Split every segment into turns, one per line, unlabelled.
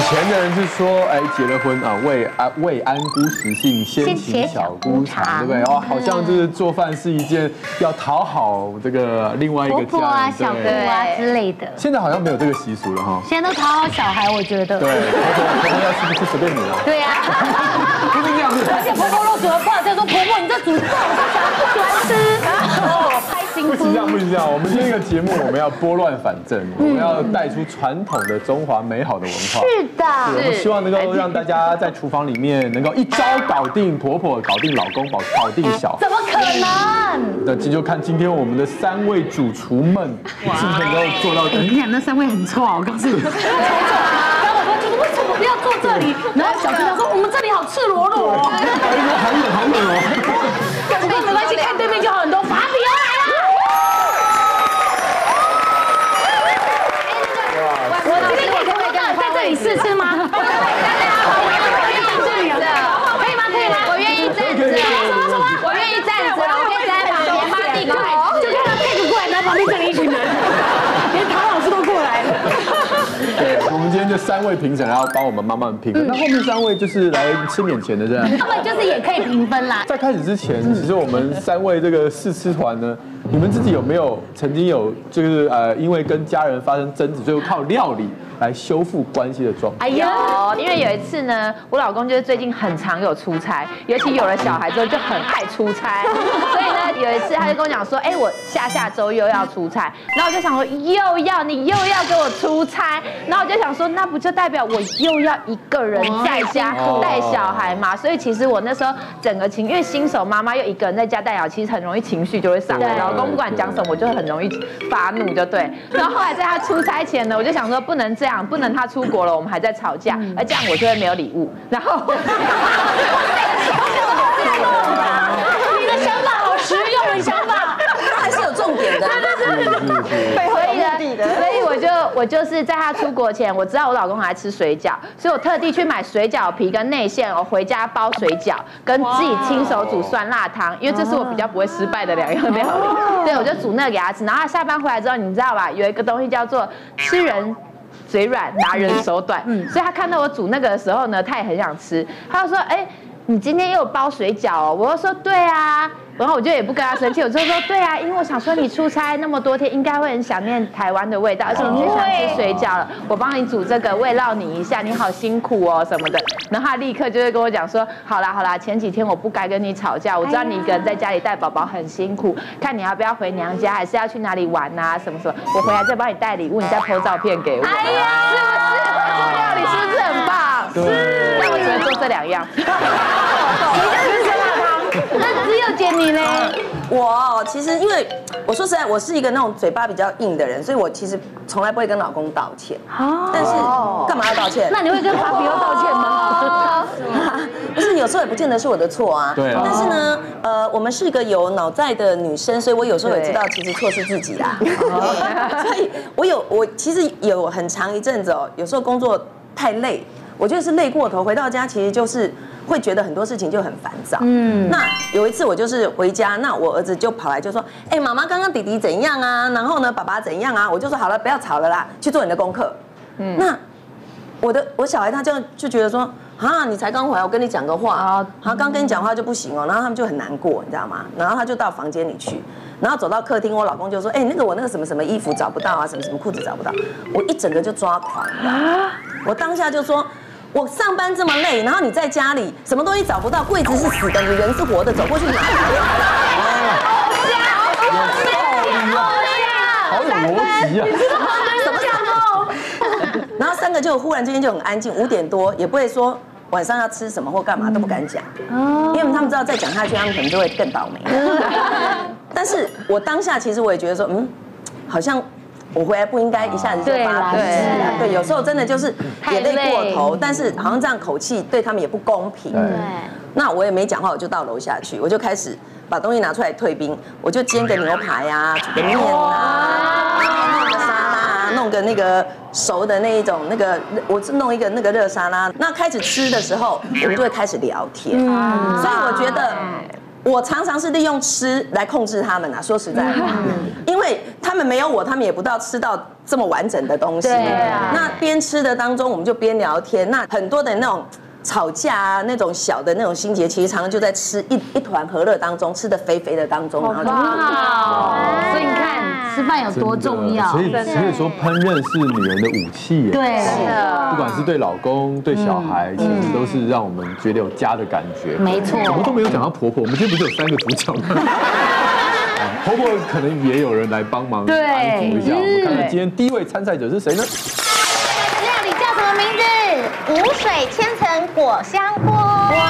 以前的人是说，哎，结了婚啊，未安未安姑食性，先请小姑尝，对不对？哦，好像就是做饭是一件要讨好这个另外一
婆
个
婆
家
啊、
人，
小姑
对。
啊之类的，
现在好像没有这个习俗了哈。
现在都讨好小孩，我觉得。
对，婆婆婆婆要吃不吃随便你啊了，
对啊呀，
不是这样子。
而且婆婆肉煮的不好吃，说婆婆你这煮错，我小孩不喜欢吃。哦，拍心
不行这样，不行这样。我们这个节目我们要拨乱反正，
嗯
我们要带出传统的中华美好的文
是
化。我
的，
们希望能够让大家在厨房里面能够一招搞定婆婆，搞定老公，搞搞定小
怎么可能？
那这就看今天我们的三位主厨们是不是能够做到
你俩那三位很臭啊，我告诉你。
然后我婆就说为什么不要坐这里？然后小姑娘说我们这里好赤裸裸哦。
哎呦，好冷，好冷哦！
不过没关系，看对面就好很多。法比要来了！我今天可以跟我在这里试吃吗？我愿意站这里啊，可以吗？可以吗？我愿意站着。什么什么？我愿意站着，我可以在旁边帮你过。就看到 Peg 过来，然后旁边站了一群人，连唐老师都过来了。
对，我们今天这三位评审，然后帮我们慢慢评分。那后面三位就是来吃免钱的，是吧？
他们就是也可以评分啦。
在开始之前，其实我们三位这个试吃团呢，你们自己有没有曾经有就是呃，因为跟家人发生争执，最后靠料理来修复关系的状态？
哎呦，因为有一次呢，我老公就是最近很常有出差，尤其有了小孩之后就很爱出差，所以呢，有一次他就跟我讲说，哎，我下下周又要出差，然后我就想说又要你又要给我出差，然后我就想说，那不就代表我又要一个人在家
哦
带小孩嘛？所以其实我那时候整个情，因为新手妈妈又一个人在家带小孩，其实很容易情绪就会上来，
对
老公不管讲什么，我就很容易发怒，就对。然后后来在他出差前呢，我就想说不能这样，不能他出国了，我们还在吵架，而这样我就会没有礼物。然后我。
你的想法好实用，你想法。
他还是有重点的。
所以呢，所以我就我就是在他出国前，我知道我老公很爱吃水饺，所以我特地去买水饺皮跟内馅，我回家包水饺，跟自己亲手煮酸辣汤，因为这是我比较不会失败的两样料理。哦对，我就煮那个给他吃。然后他下班回来之后，你知道吧，有一个东西叫做吃人。嘴软，拿人手短。所以他看到我煮那个的时候呢，他也很想吃，他就说：“哎、你今天又有包水饺哦？”我就说：“对啊。”然后我就也不跟他生气，我就说：“对啊，因为我想说你出差那么多天，应该会很想念台湾的味道，而且你最想吃水饺了，我帮你煮这个慰劳你一下，你好辛苦哦什么的。”然后他立刻就会跟我讲说：“好啦好啦，前几天我不该跟你吵架，我知道你一个人在家里带宝宝很辛苦，看你要不要回娘家，还是要去哪里玩啊什么什么，我回来再帮你带礼物，你再 p 照片给我。”
哎呀，是不是？
做料理是不是很棒？是，但我只能做这两样。
那只有姐你嘞？
我哦其实因为我说实在，我是一个那种嘴巴比较硬的人，所以我其实从来不会跟老公道歉。但是干嘛要道歉？
那你会跟法比奥道歉吗？
不是有时候也不见得是我的错啊。
对啊
但是呢，呃，我们是一个有脑袋的女生，所以我有时候也知道其实错是自己啦。 所以我有我其实有很长一阵子哦，有时候工作太累，我觉得是累过头，回到家其实就是。会觉得很多事情就很烦躁。嗯，那有一次我就是回家，那我儿子就跑来就说：“哎、妈妈，刚刚弟弟怎样啊？然后呢，爸爸怎样啊？”我就说：“好了，不要吵了啦，去做你的功课。”嗯，那我的我小孩他这样就觉得说啊，你才刚回来，我跟你讲个话，他刚跟你讲话就不行哦，然后他们就很难过，你知道吗？然后他就到房间里去，然后走到客厅，我老公就说，哎，那个我那个什么什么衣服找不到啊，什么什么裤子找不到，我一整个就抓狂了，我当下就说。我上班这么累，然后你在家里什么东西找不到，柜子是死的，你人是活的，走过去拿。
哦
哎
好有逻辑啊！
然后三个就忽然之间就很安静，五点多也不会说晚上要吃什么或干嘛都不敢讲，因为他们知道再讲下去他们可能就会更倒霉。但是我当下其实我也觉得说，嗯，好像我回来不应该一下子就发脾气啊，对，有时候真的就是也累过头，但是好像这样口气对他们也不公平。那我也没讲话，我就到楼下去，我就开始把东西拿出来退冰，我就煎个牛排啊，煮个面啊，弄个沙拉啊，弄个那个熟的那一种那个，我是弄一个那个
嗯
热沙拉。那开始吃的时候，我们就会开始聊天，所以我觉得。我常常是利用吃来控制他们啊，说实在话，
嗯
因为他们没有我，他们也不到吃到这么完整的东西。
对啊
那边吃的当中，我们就边聊天。那很多的那种吵架啊，那种小的那种心结，其实常常就在吃一一团和乐当中，吃的肥肥的当中，然后就
哇，
所以你看吃饭有多重要
所，以所以说烹饪是女人的武器耶。
对是
的
不管是对老公、对小孩，其实都是让我们觉得有家的感觉。
嗯没错
我们都没有讲到婆婆，我们今天不是有三个主角 吗？婆婆可能也有人来帮忙
对
安抚一下。我们看看今天第一位参赛者是谁呢？
料理叫什么名字？无水千层果香锅。哇，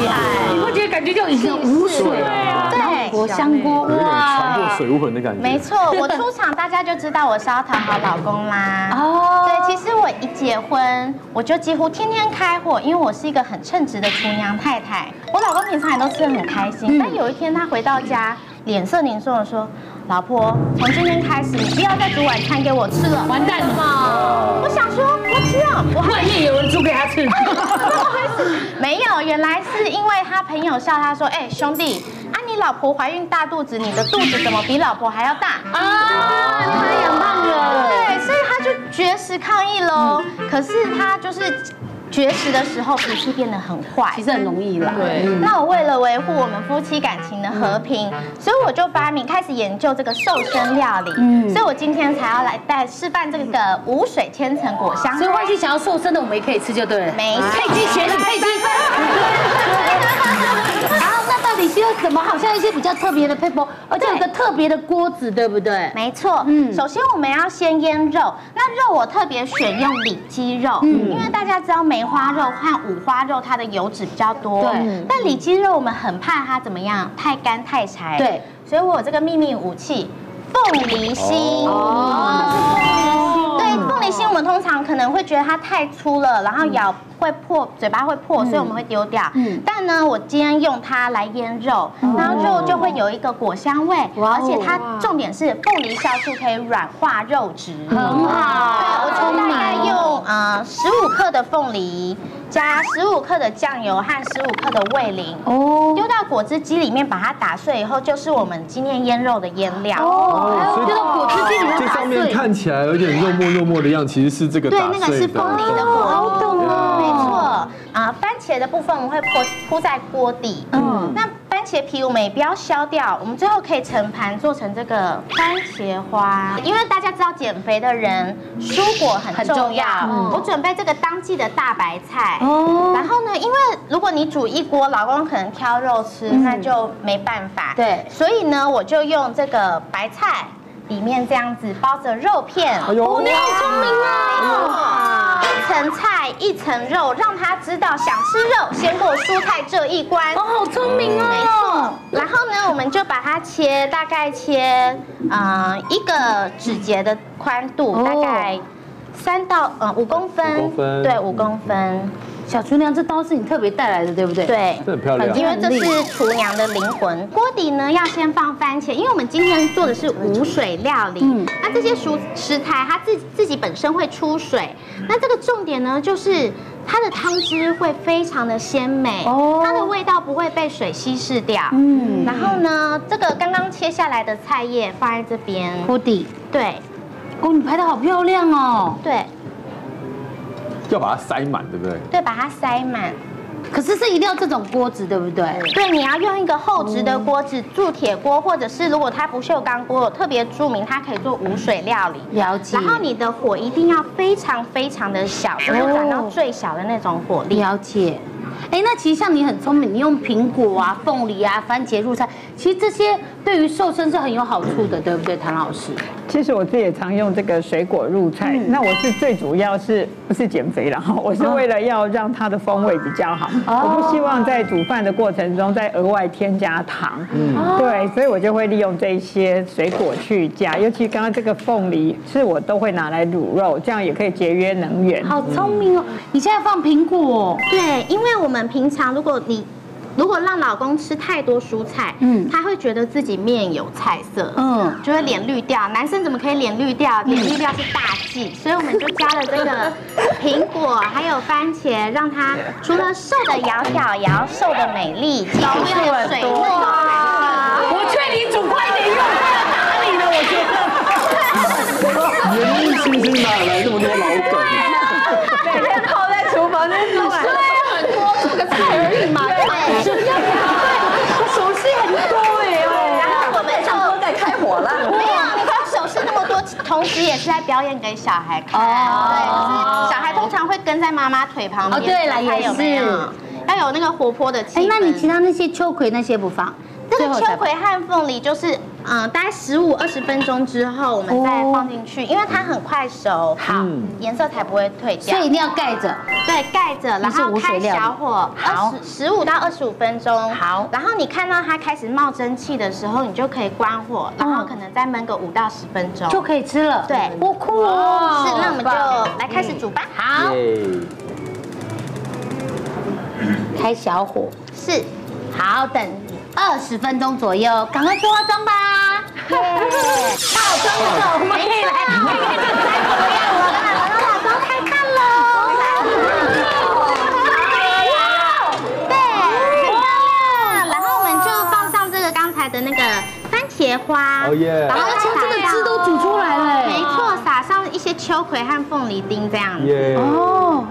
厉害！
你不觉得感觉就已经无水了，
对啊
然后果香锅
有一种船过水无痕的感觉。
没错，我出场大家就知道我是要讨好老公啦。
哦
对，其实我一结婚，我就几乎天天开火，因为我是一个很称职的厨娘太太。我老公平常也都吃得很开
嗯
心，但有一天他回到家，脸色凝重的说：“老婆，从今天开始，你不要再煮晚餐给我吃了。”
完蛋了，
我想说，我知道，我
外面有人煮给他吃，
哎没有，原来是因为他朋友笑他说：“哎、兄弟，啊你老婆怀孕大肚子，你的肚子怎么比老婆还要大？”啊，你把她养胖了。对，所以他就绝食抗议喽。可是他就是绝食的时候脾气变得很坏，
其实很容易啦。对，嗯
那我为了维护我们夫妻感情的和平，所以我就发明开始研究这个瘦身料理。
嗯
所以我今天才要来带示范这个无水千层果香。
所以万一想要瘦身的，我们也可以吃就对了。
没错
佩姬学习佩姬。 好，那到底需要什么？好像一些比较特别的配方，而且有啊个特别的锅子，对不对？
没错，嗯，首先我们要先腌肉，那肉我特别选用里脊肉，
嗯
因为大家知道梅花肉和五花肉它的油脂比较多，
对，
但里脊肉我们很怕它怎么样，太干太柴，
对，
所以我有这个秘密武器。凤梨心哦，对，凤梨心我们通常可能会觉得它太粗了，然后咬会破，嘴巴会
嗯
破，所以我们会丢掉。但呢，我今天用它来腌肉，然后肉就会有一个果香味，
嗯哇哦
而且它重点是凤梨酵素可以软化肉质，很好。对，我就大概用呃十五克的凤梨，加十五克的酱油和十五克的味淋，
哦，
丢到果汁机里面把它打碎以后，就是我们今天腌肉的腌料。
哦，所
这个
以
果汁机里面
这
打
上面
碎，
看起来有点肉末肉末的样，其实是这个
对，
打
那个
碎
是
的。
凤梨
哦
的果汁，没错。啊，番茄的部分我们会铺铺在锅底，嗯，那番茄皮我们也不要削掉，我们最后可以盛盘做成这个番茄花，因为大家知道减肥的人
嗯
蔬果很重要，我准备这个当季的大白菜，哦，然后呢，因为如果你煮一锅，老公可能挑肉吃，那就没办法，
对
所以呢，我就用这个白菜。里面这样子包着肉片，
哎呦，
聪明啊！一层菜一层肉，让他知道想吃肉先过蔬菜这一关。嗯
好聪明哦！
然后呢，我们就把它切，大概切，呃，一个指节的宽度，
哦
大概三到呃五公分，
五公分
对，五公分，
小厨娘，这刀是你特别带来的，对不对？。
对。
这很漂亮。
因为这是厨娘的灵魂。锅底呢要先放番茄，因为我们今天做的是无水料理，
嗯
那这些熟食材它自自己本身会出水，
嗯
那这个重点呢就是。它的汤汁会非常的鲜美，
哦
它的味道不会被水稀释掉。嗯，然后呢，这个刚刚切下来的菜叶放在这边，
锅底，
对
哦，你拍的好漂亮哦。
对
要把它塞满，对不对？
对，把它塞满。
可是是一定要这种锅子，对不对？
对，你要用一个厚质的锅子，铸铁锅，或者是如果它不锈钢锅，有特别注明它可以做无水料理。
了解。哦
然后你的火一定要非常非常的小，就是转到最小的那种火力。
了解。哎，那其实像你很聪明，你用苹果啊、凤梨啊、番茄入菜，其实这些对于瘦身是很有好处的，对不对，谭老师？
其实我自己也常用这个水果入菜，那我是最主要是不是减肥了哈？ 我是为了要让它的风味比较好，我不希望在煮饭的过程中再额外添加糖，对，所以我就会利用这一些水果去加，尤其刚刚这个凤梨是我都会拿来卤肉，这样也可以节约能源。
好聪明哦！你现在放苹果、
对，因为我们平常如果你如果让老公吃太多蔬菜，嗯，他会觉得自己面有菜色，嗯，就会脸绿掉。男生怎么可以脸绿掉？
嗯
脸绿掉是大忌，所以我们就加了这个苹果还有番茄，让他除了瘦的窈窕，也要瘦的美丽，肌肤要有水嫩的
哦
弹性。
我劝你煮快点，又打你了，我觉得。
年纪轻轻哪来那么多老梗？
每天泡在厨房那边
对啊，很多做个菜而已嘛，
对
手势很多哎哦。
然后我们就
锅盖开火了。
没有，你看手势那么多，同时也是在表演给小孩看。对，就是小孩通常会跟在妈妈腿旁边。
哦对啦
看有没有
也是
要有那个活泼的气
哎
氛。，
那你其他那些秋葵那些不放？
这
最
个
后
秋
才放
葵和凤梨就是，嗯、大概十五二十分钟之后，我们再放进
哦
去，因为它很快熟，好，颜色才不会褪掉
所以一。定要盖着。
对，盖着，然后
无水
开
料理
小火，
好
二十十五到二十五分钟。好，然后你看到它开始冒蒸汽的时候，你就可以关火，然后可能再焖个五到十分钟。
嗯就可以吃了。
对
不酷哦。
是，那我们就来开始煮吧。好，
开小火，
是，
好，等二十分钟左右，赶快做化妆吧。
哎到中午我们可以来，可以来，我老公太棒了，对，太棒了。然后我们就放上这个刚才的那个番茄
Oh,
花，
哦耶
然后
而且哎这个
再撒
汁
上
都煮出来了。
没错，撒上一些秋葵和凤梨丁这样子。
耶！
哦。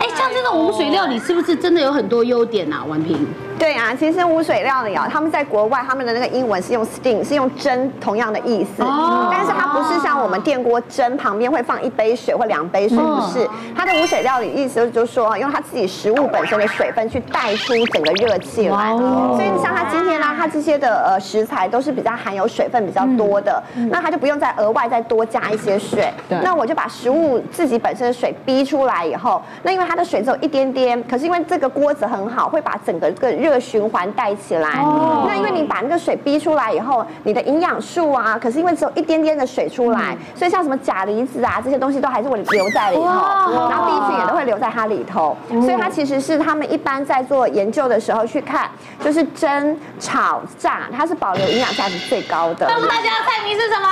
哎，像这种
哦
无水料理是不是真的有很多优点啊？婉平，
对啊，其实无水料理啊，他们在国外他们的那个英文是用 steam，是用蒸同样的意思，
哦
但是它不是像我们电锅蒸旁边会放一杯水或两杯水，
嗯
不是。它的无水料理意思就是说，用它自己食物本身的水分去带出整个热气来。
哦
所以像它今天呢，它这些的呃食材都是比较含有水分比较多的，那它就不用再额外再多加一些水。那我就把食物自己本身的水逼出来以后，那因为它的水只有一点点，可是因为这个锅子很好，会把整个个热循环带起来。那因为你把那个水逼出来以后，你的营养素啊，可是因为只有一点点的水出来，所以像什么钾离子啊这些东西都还是会留在里头，然后 B 群也都会留在它里头，所以它其实是他们一般在做研究的时候去看，就是蒸、炒、炸，它是保留营养价值最高的。
大家的菜名是什么？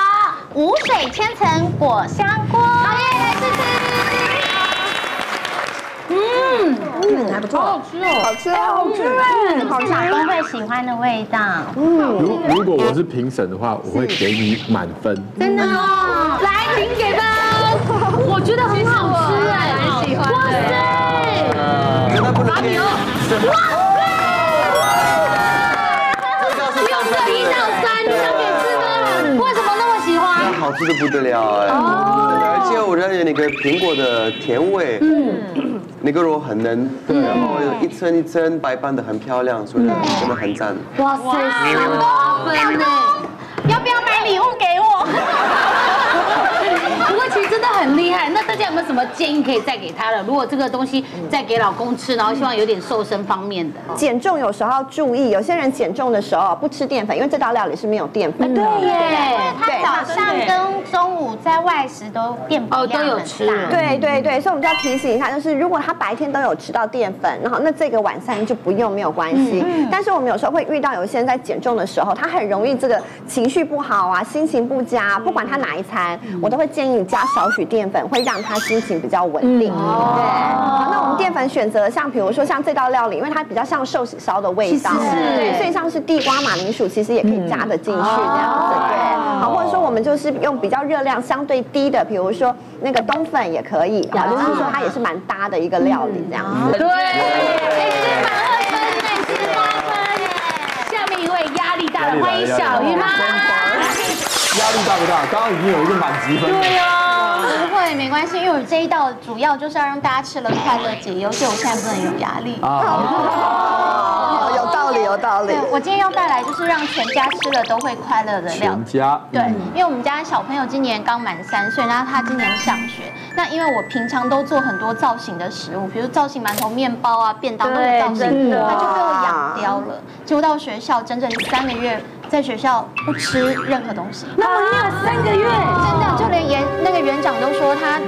无水千层果香锅，好耶，来试吃。
嗯
嗯
好吃哦，好吃嗯哎，好
是
啊
吃。
老公会喜欢的味道，
如如果我是评审的话，我会给你满分。
真的哦。
来，请给分。我觉得很好吃哎，很喜欢。哇塞！
那不能给。
不用这一到三，你想给吃吗？为什么那么喜欢？
好吃的不得了哎！而且我觉得有那个苹果的甜味，嗯，那个肉很嫩，然后一层一层白拌的很漂亮，所以真的很赞。
哇塞，
很多分呢。
要不要买礼物给我？
不过其实真的很厉害。那大家有没有什么建议可以再给他了？如果这个东西再给老公吃，然后希望有点瘦身方面的，
减重有时候要注意，有些人减重的时候不吃淀粉，因为这道料理是没有淀粉的。啊对耶
他早上跟中午在外食都淀
哦
粉
都
量
有
很
吃
大
对对对，所以我们就要提醒一下，就是如果他白天都有吃到淀粉，然后那这个晚餐就不用没有关系。
嗯
但是我们有时候会遇到有一些人在减重的时候，他很容易这个情绪不好啊，心情不佳，不管他
嗯
哪一餐，我都会建议你加少许淀粉，会让他心情比较稳
嗯
定。对，
哦
好，那我们淀粉选择像比如说像这道料理，因为它比较像寿喜烧的味道，对所以像是地瓜、马铃薯其实也可
嗯
以加的进去这
哦
样子，对，好，或者说我们就是用比较热量相对低的，比如说那个冬粉也可以，好，就是说它也是蛮搭的一个料理这样子。
对，哎，是满二分，哎，是八分。下面一位压力大的，欢迎小鱼妈。
压力大不大？刚刚已经有一个满积分了。
不会没关系，因为我这一道主要就是要让大家吃了快乐解忧，所以我现在不能有压力。
啊
哦，有道理，有道理
对，。我今天要带来就是让全家吃了都会快乐的料
全家
对，
嗯
因为我们家小朋友今年刚满三岁，然后他今年上学。那因为我平常都做很多造型的食物，比如造型馒头、面包啊、便当那种造型，他就被我养刁了。结果到学校整整三个月，在学校不吃任何东西。那么六三个月，真的就连园那个园长都说他。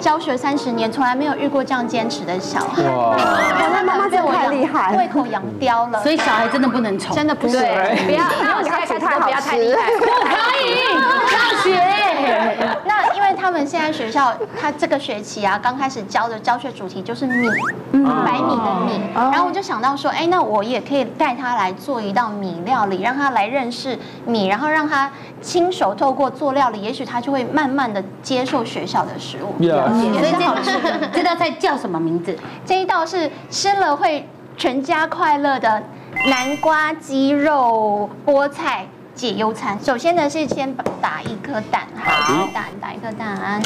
教学三十年，从来没有遇过这样坚持的小孩。
哇
那妈妈真的太厉害，胃口养刁了。
所以小孩真的不能宠，
真的不行，
对 不要
那我
现在开始都不要太
厉害，
不可以上学。
那因为他们现在学校，他这个学期啊，刚开始教的教学主题就是米，白米的米。然后我就想到说，哎，那我也可以带他来做一道米料理，让他来认识米，然后让他亲手透过做料理，也许他就会慢慢的接受学校的食物。
Yeah
所 以这好吃
这这道菜叫什么名字？
这一道是吃了会全家快乐的南瓜鸡肉菠菜解忧餐。首先呢是先打一颗蛋，好，蛋打一颗蛋。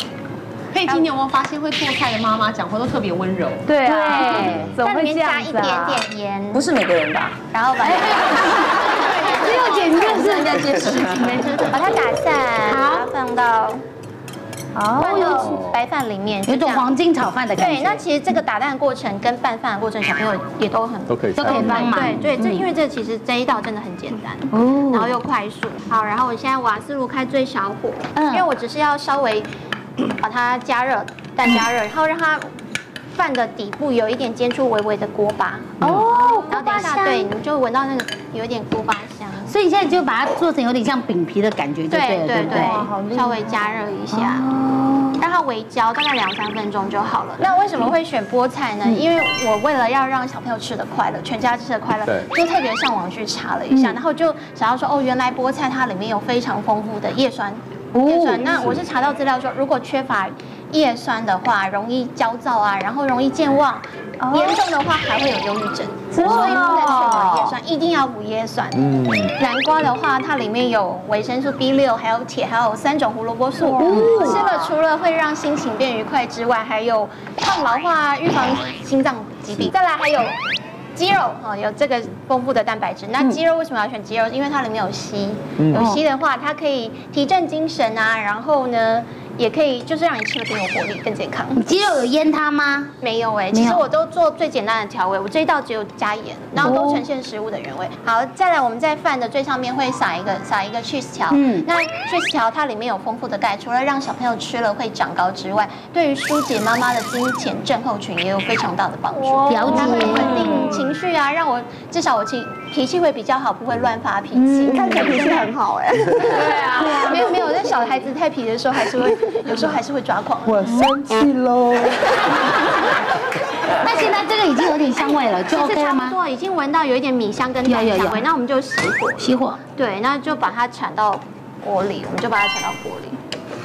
佩奇，你有没有发现会做菜的妈妈讲话都特别温柔？
对啊，怎么
蛋里
会
面
这
加
样
一
子
点
啊？
点盐，
不是每个人吧？
然后把 它，只有简直是应该接吃，把它打散，把它放到放到白饭里面，
有一种
就这样
黄金炒饭的感觉。
对，那其实这个打蛋的过程跟拌饭的过程，小朋友也都很嗯
都可以
都可以帮忙
对对，这因为这其实这一道真的很简单，
哦
然后又快速。好，然后我现在瓦斯炉开最小火，
嗯
因为我只是要稍微把它加热，蛋加 热，然后让它饭的底部有一点煎出微微的锅巴。嗯
哦，
然后等一下，对，你就闻到那个有一点锅巴香。
所以你现在就把它做成有点像饼皮的感觉，就对
对
了，
对
不对？
对，稍微加热一下，让它微焦，大概两三分钟就好了。哦嗯那为什么会选菠菜呢？因为我为了要让小朋友吃的快乐，全家吃的快乐
对，
就特别上网去查了一下，然后就想要说，哦，原来菠菜它里面有非常丰富的叶酸，叶酸。那我哦是查到资料说，如果缺乏叶酸的话，容易焦躁啊，然后容易健忘，严重的话还会有忧郁症，所以不能缺乏叶酸，一定要补叶酸。
嗯，
南瓜的话，它里面有维生素 B 六，还有铁，还有三种胡萝卜素。吃了除了会让心情变愉快之外，还有抗老化啊、预防心脏疾病。再来还有鸡肉哦，有这个丰富的蛋白质。那鸡肉为什么要选鸡肉？因为它里面有硒，有硒的话，它可以提振精神啊，然后呢，也可以就是让你吃的更有活力、更健康。
鸡肉有腌它吗？
没有哎、其实我都做最简单的调味，我这一道只有加盐，然后都呈现食物的原味。好，再来我们在饭的最上面会撒一个撒一个 cheese 条，
嗯
嗯，那 cheese 条它里面有丰富的钙，除了让小朋友吃了会长高之外，对于疏解妈妈的金钱症候群也有非常大的帮助。
了
它会稳
解。
定情绪啊，让我至少我情脾气会比较好，不会乱发脾气。
嗯
你看起来脾气很好哎，
对啊，没有没有，那小孩子太皮的时候还是 会，有时候还是会抓狂。
我生气喽。
那现在这个已经有点香味了，就
其实
OK 了
差不
吗？
多，已经闻到有一点米香跟蛋
有有有
香味，那我们就熄火。
熄火，
对，那就把它铲到锅里，我们就把它铲到锅里，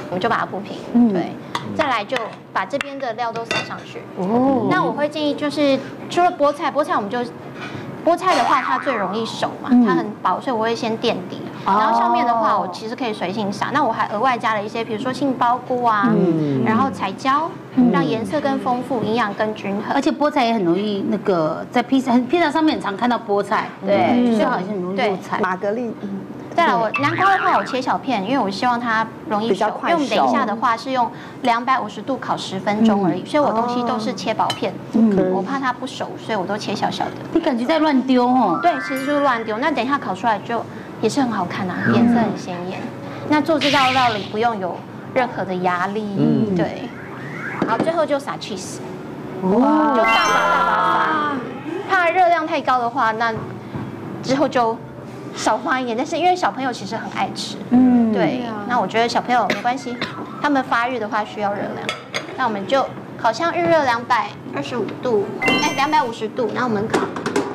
我们就把它铺平。
嗯
对，再来就把这边的料都撒上去。哦，那我会建议就是除了菠菜，菠菜我们就。菠菜的话，它最容易熟嘛，
嗯
它很薄，所以我会先垫底。然后上面的话，
哦
我其实可以随性撒。那我还额外加了一些，比如说杏鲍菇啊，
嗯
然后彩椒，让颜色更丰富，营养更均衡
而。且菠菜也很容易那个在披萨披萨上面很常看到菠菜，
对，
所以好像很容易
对
入菜。
玛格丽，嗯
再来，我南瓜的话，我切小片，因为我希望它容易熟
比较快
因为我们等一
熟
下的话是用两百五十度烤十分钟
嗯
而已，所以我东西都是切薄片，
哦
我怕它不熟，所以我都切小小的。
你感觉在乱丢哦？
对，其实就是乱丢。那等一下烤出来就也是很好看啊，
嗯
颜色很鲜艳。那做这道料理不用有任何的压力，
嗯
对。好，最后就撒 cheese，哇，就大把大把撒，怕热量太高的话，那之后就少放一点。但是因为小朋友其实很爱吃，嗯，对。那我觉得小朋友没关系，他们发育的话需要热量，那我们就烤箱预热两百二十五度，哎，两百五十度，然后我们烤。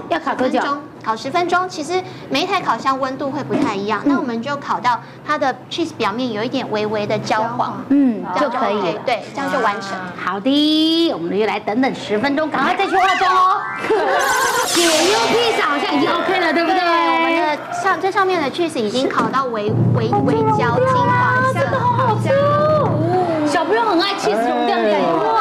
要烤多久
10分？钟烤十分钟，其实每一台烤箱温度会不太一样，那我们就烤到它的 cheese 表面有一点微微的焦黄，
嗯，
这
就
样
可以
OK，
了。
对，这样就完成。
好的，我们就来等等十分钟，赶快再去化 妆哦。解忧披萨好像已经 OK 了，对不
对，
对？
我们的上最上面的 cheese 已经烤到微微微焦金黄色，
好吃哦，小朋友很爱 cheese 融掉的感觉。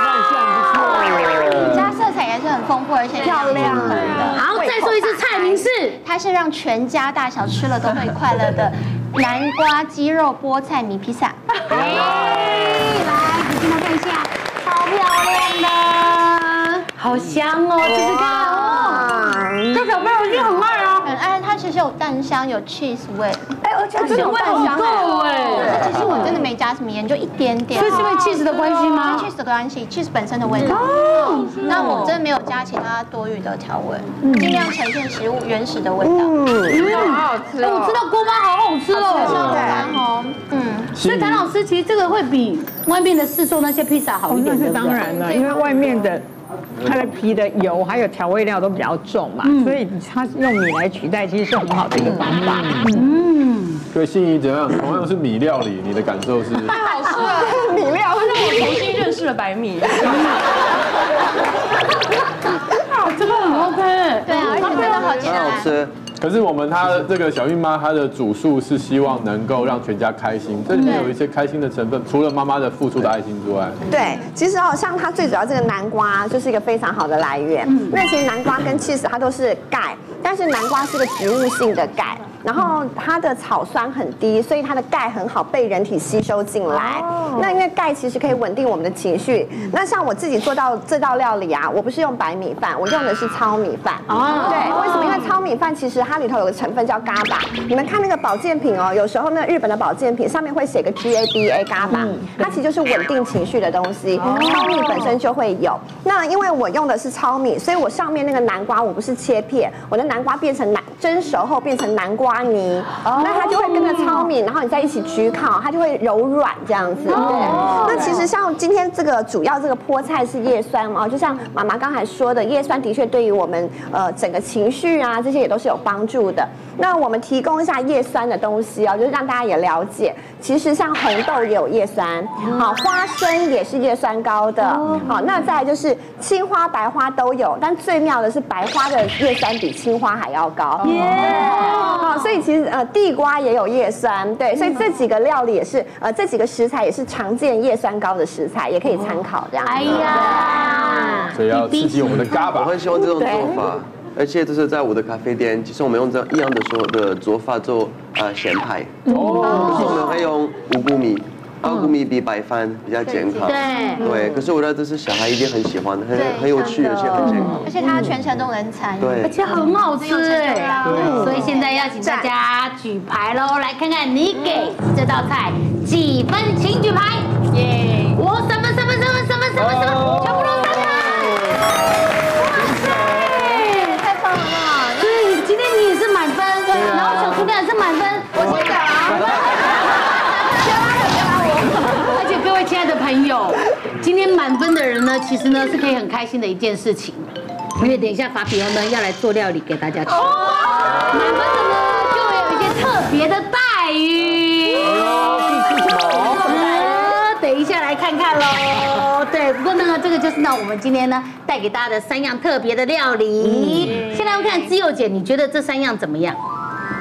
卖相不错耶。
加色彩也是很丰富，而且漂亮的。
好，再说一次菜名是
它是让全家大小吃了都会快乐的南瓜鸡肉菠菜米披萨。
来，给大家看一下，超漂亮的，好香哦，试试看哦。这小朋友一定很爱啊，
哎，它其实有蛋香，有 cheese 味，
哎，而且
有蛋香
够哎
但是其实我哦真的没加什么盐，就一点点。哦
所以是因为 cheese 的关系吗
对，cheese 的关系，cheese 本身的味道。哦，那我真的没有加其他多余的调味，尽量呈现食物原始的味道。
嗯，好好吃我知道锅包好好吃哦，
然后，嗯，
所以谭老师其实这个会比外面的市售那些披萨好一
哦那
点，
是
对不对
当然了，因为外面的。它的皮的油还有调味料都比较重嘛，
嗯
所以它用米来取代，其实是很好的一个方法。
嗯
所以心仪怎样？同样是米料理，你的感受是？
太好吃了，米料让我重新认识了白米。
啊，这个很 OK。
对啊，而且真的好起
很
来
好。吃。
可是我们她这个小孕妈，她的主诉是希望能够让全家开心，这里面有一些开心的成分，除了妈妈的付出的爱心之外，
对，其实哦，像它最主要这个南瓜就是一个非常好的来源。嗯，那其实南瓜跟 cheese 它都是钙，但是南瓜是个植物性的钙，然后它的草酸很低，所以它的钙很好被人体吸收进来。那因为钙其实可以稳定我们的情绪。那像我自己做到这道料理啊，我不是用白米饭，我用的是糙米饭。哦，对，为什么？因为糙米饭其实它里头有个成分叫嘎巴，你们看那个保健品哦，有时候那个日本的保健品上面会写个 G A B A 嘎巴，它其实就是稳定情绪的东西，糙米本身就会有。那因为我用的是糙米，所以我上面那个南瓜我不是切片，我的南瓜变成南蒸熟后变成南瓜泥，那它就会跟着糙米，然后你在一起焗烤，它就会柔软这样子。对，那其实像今天这个主要这个菠菜是叶酸嘛，哦就像妈妈刚才说的，叶酸的确对于我们呃整个情绪啊这些也都是有帮助的。那我们提供一下叶酸的东西哦，就是让大家也了解，其实像红豆也有叶酸，好，花生也是叶酸高的，好，那再来就是青花、白花都有，但最妙的是白花的叶酸比青花还要高。哦好，所以其实呃，地瓜也有叶酸，对，所以
嗯
这几个料理也是呃，这几个食材也是常见叶酸高的食材，也可以参考这样子。
哎呀，
所以要刺激我们的嘎
我
巴。
很喜欢这种做法，而且这是在我的咖啡店，其实我们用这一样的说的做法做呃咸派，可是我们会用五谷米。五谷米比白饭比较健康，
对
对，可是我觉得这是小孩一定很喜欢，很很有趣，而且很健康，
而且它全程都能参与。
对
而。且很好吃哎，
对
所以现在要请大家举牌喽，来看看你给这道菜几分，请举牌。耶！我三分，三分，三分，三分，三分，三分，全部都三分。哇塞！
太棒了嘛！
所以今天你也是满分，然后小厨娘也是满分，我先打。而且各位亲爱的朋友，今天满分的人呢，其实呢是可以很开心的一件事情，因为等一下法比欧呢要来做料理给大家吃，满分的呢就会有一些特别的待遇。
哎
呃等一下来看看喽。对，不过呢，这个就是呢，我们今天呢带给大家的三样特别的料
嗯
理。先来我们看知佑姐，你觉得这三样怎么样？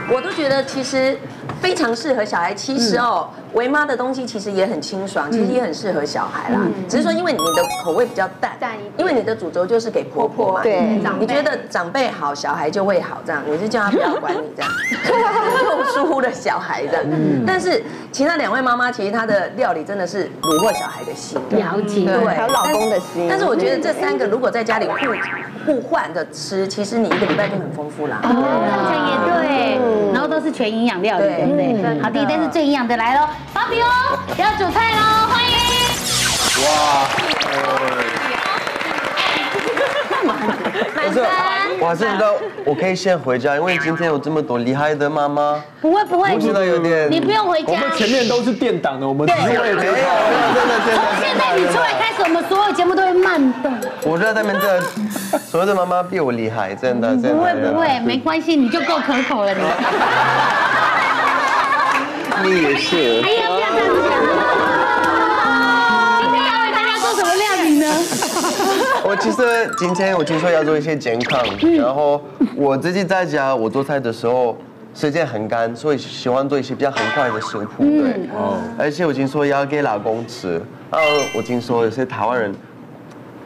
我都觉得其实非常适合小孩。其实哦，维妈的东西其实也很清爽，其实也很适合小孩啦。只是说，因为你的口味比较淡，
淡一点
因为你的主轴就是给婆婆嘛。
对
你觉得长辈好，小孩就会好，这样你就叫他不要管你这样，又疏忽了小孩这样。但是其他两位妈妈，其实她的料理真的是虏获小孩的心。
了解。
对，
还有老公的心
但是但是我觉得这三个如果在家里互互换着吃，其实你一个礼拜就很丰富啦。
好像也
嗯
对，然后都是全营养料理，对不对？好的，但是最营养的来喽，芭比哦，要煮菜喽，欢迎！
可是我还是觉得我可以先回家，因为今天有这么多厉害的妈妈，
不会不会，
我觉得有点
你不用回家
我。们前面都是垫档的，我们只是为了
没有，真的真的。
从现在你出来开始，我们所有节目都会慢动。
我觉得他们这所有的妈妈比我厉害，真的真的。
嗯不会不会，没关系，你就够可口了。你
你也是
哎。呀，不要这样子讲。今天要为大家做什么料理呢？
我其实今天我听说要做一些健康，然后我自己在家我做菜的时候时间很赶，所以喜欢做一些比较很快的食谱。对，哎而且我听说要给老公吃，然后我听说有些台湾人。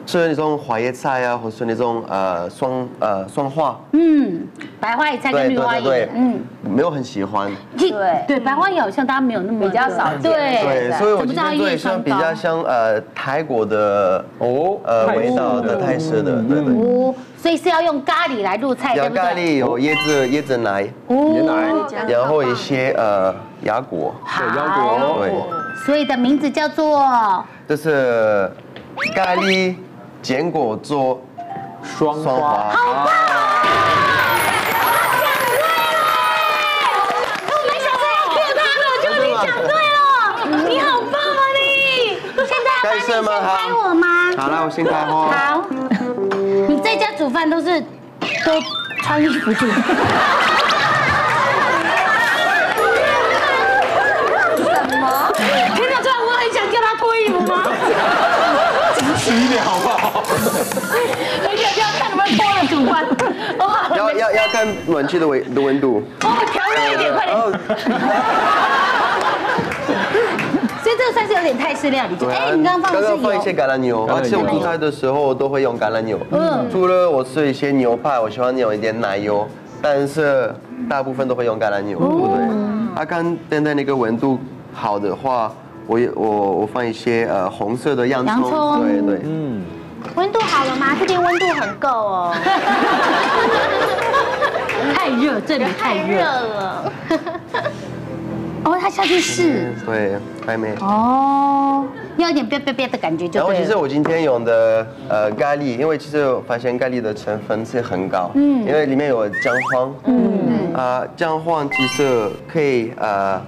吃那种花椰菜啊，或是那种呃双呃双花，
嗯，白花野菜跟
对
绿
对对
花野
对，，
嗯
嗯，，没有很喜欢。
对对，白花野好像大家没有那么比较少
对，所以我今天做一
双
像比较像呃泰国的
哦
呃
泰式
味道
的
的泰式的，对对。
哦，所以是要用咖喱来入菜，对
有
不对？哦
咖喱，有椰子椰子奶，
椰奶
然后一些呃鸭果，对
腰果
对，
所以的名字叫做
这是咖喱坚果做
双
双花，好棒！
我没想到要 Q 他的，结果你讲对了，你好棒啊你！现在
该是吗？
拍我吗？
好了，我先开哦花。
好，你在家煮饭都是都穿衣服煮。
什么？听到这，我很想叫他脱衣服 吗？
虚一点好不好？
很想叫他看能不能脱了主观。哇，
要要要看暖气的温的温度，
哦，调热一点，快点。
所以这个算是有点泰式料理。
对啊
哎，你刚刚放
刚
的是
刚放一些
油，
橄榄油，
橄榄油
而且我做菜的时候都会用橄榄油。
嗯
除了我吃一些牛排，我喜欢有一点奶油，但是大部分都会用橄榄油。对，啊，看现在那个温度好的话，我也我我放一些呃红色的洋
洋葱
葱，对对，
嗯，
温度好了吗？这边温度很够哦，
太热，这里太
太热
热。
了。
哦，它下去试。
对，还没。
哦，要有点啪啪啪的感觉
嗯
就
然后
对
其实
了。
我今天用的呃咖喱，因为其实我发现咖喱的成分是很高，嗯，因为里面有姜黄，嗯，啊姜黄其实可以呃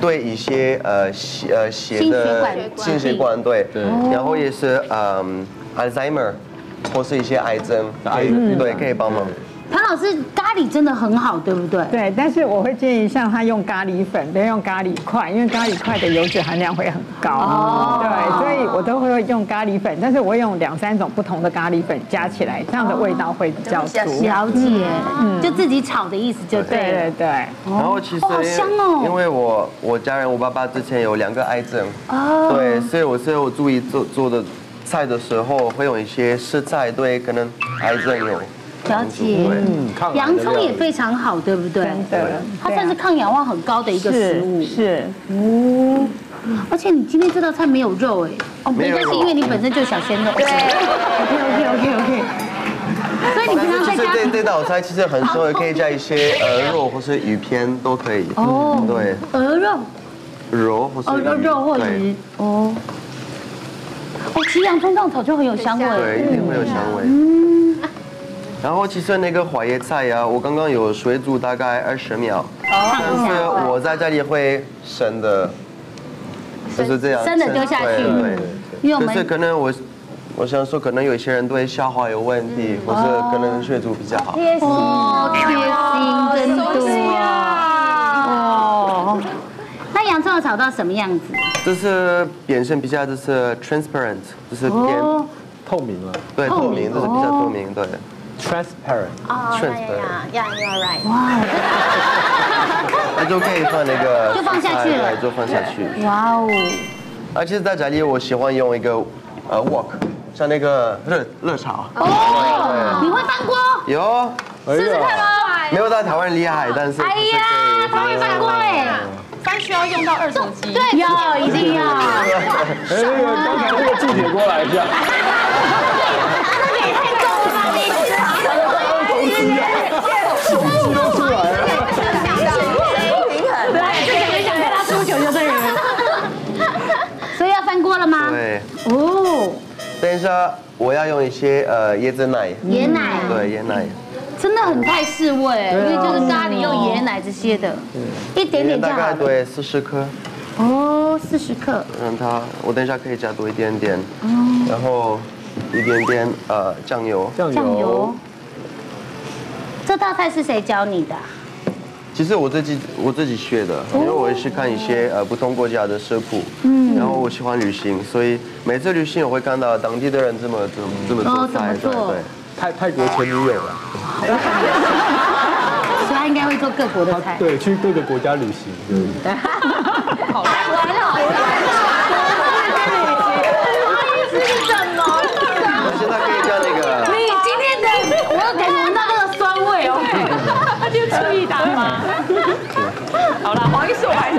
对一些呃血呃血的
心血管哦
心血管对，
对
然后也是嗯 Alzheimer 或是一些癌症，
癌症
对可以帮忙，
唐老师咖喱真的很好，对不对？
对，但是我会建议像他用咖喱粉，不要用咖喱块，因为咖喱块的油脂含量会很高。哦，对，所以我都会用咖喱粉，但是我会用两三种不同的咖喱粉加起来，这样的味道会比较足。
哦
嗯
了解，就自己炒的意思就
对
对
对
了。
对，
然后其实
哦好香哦
因为我我家人我爸爸之前有两个癌症，
哦
对，所以我是我注意做做的菜的时候会有一些食材对可能癌症有
了解，
嗯，抗癌的
洋葱
料
也
理
非常好，对不对？
真的，
它算是抗氧化很高的一个食物
是。是，
哦，而且你今天这道菜没有肉哎，哦，
没
没
有
关系，
肉
因为你本身就小鲜肉。对，OK OK OK OK。所以你平常在
但是
家
这这道菜其实很多也可以加一些呃肉或是鱼片都可以，
哦
对，
鹅肉
肉或
哦
是
肉
鱼
肉或
对
鱼哦。哦，其实洋葱这样炒就很有香
对，
味。
一定会有香味。然后其实那个花椰菜呀、我刚刚有水煮大概二十秒，但是我在家里会生的，就是这样
生的丢下去嗯
对对
因为我
对，就是
们
可能我。我想说，可能有些人对消化有问题，或是可能水煮比较好。
嗯
嗯
哦，贴心真多。哦，那洋葱要炒到什么样子？
这是变身比较，这是 transparent，这是变
哦，
透明了
对透明，这是比较透明，对
，transparent。
哦，呀呀
transparent，
呀，You're right。
那就可以放那个
就放下去了
对，就放下去。
哇哦，
而且在家里，我喜欢用一个呃 wok，像那个热热炒。
哦
你会翻锅？
有，
哎呀，
没有到台湾厉害，但是
哎呀，他会翻锅哎。
翻需要用到二手机。
对，要一定要。
哎，那个刚才那个季姐
哎
过来一下，
所以要翻锅了吗？
对。
哦，
等一下，我要用一些呃椰子奶，
椰奶啊
对椰奶，
真的很泰式味，因为就是咖喱用椰奶这些的，一点点就
大
好
概
了。
对四十克，
哦，四十克，
让它我等一下可以加多一点点，然后一点点呃酱油。
酱
酱
油
油。。这道菜是谁教你的啊？
其实我自己我自己学
哦
的，因为我也是看一些呃不同国家的食谱，
嗯
然后我喜欢旅行，所以每次旅行我会看到当地的人这么这么这
哦
么做
怎么
菜，对
做
对。
泰泰国前女友了，
所以他应该会做各国的菜。
对，去各个国家旅嗯行，对。
完了，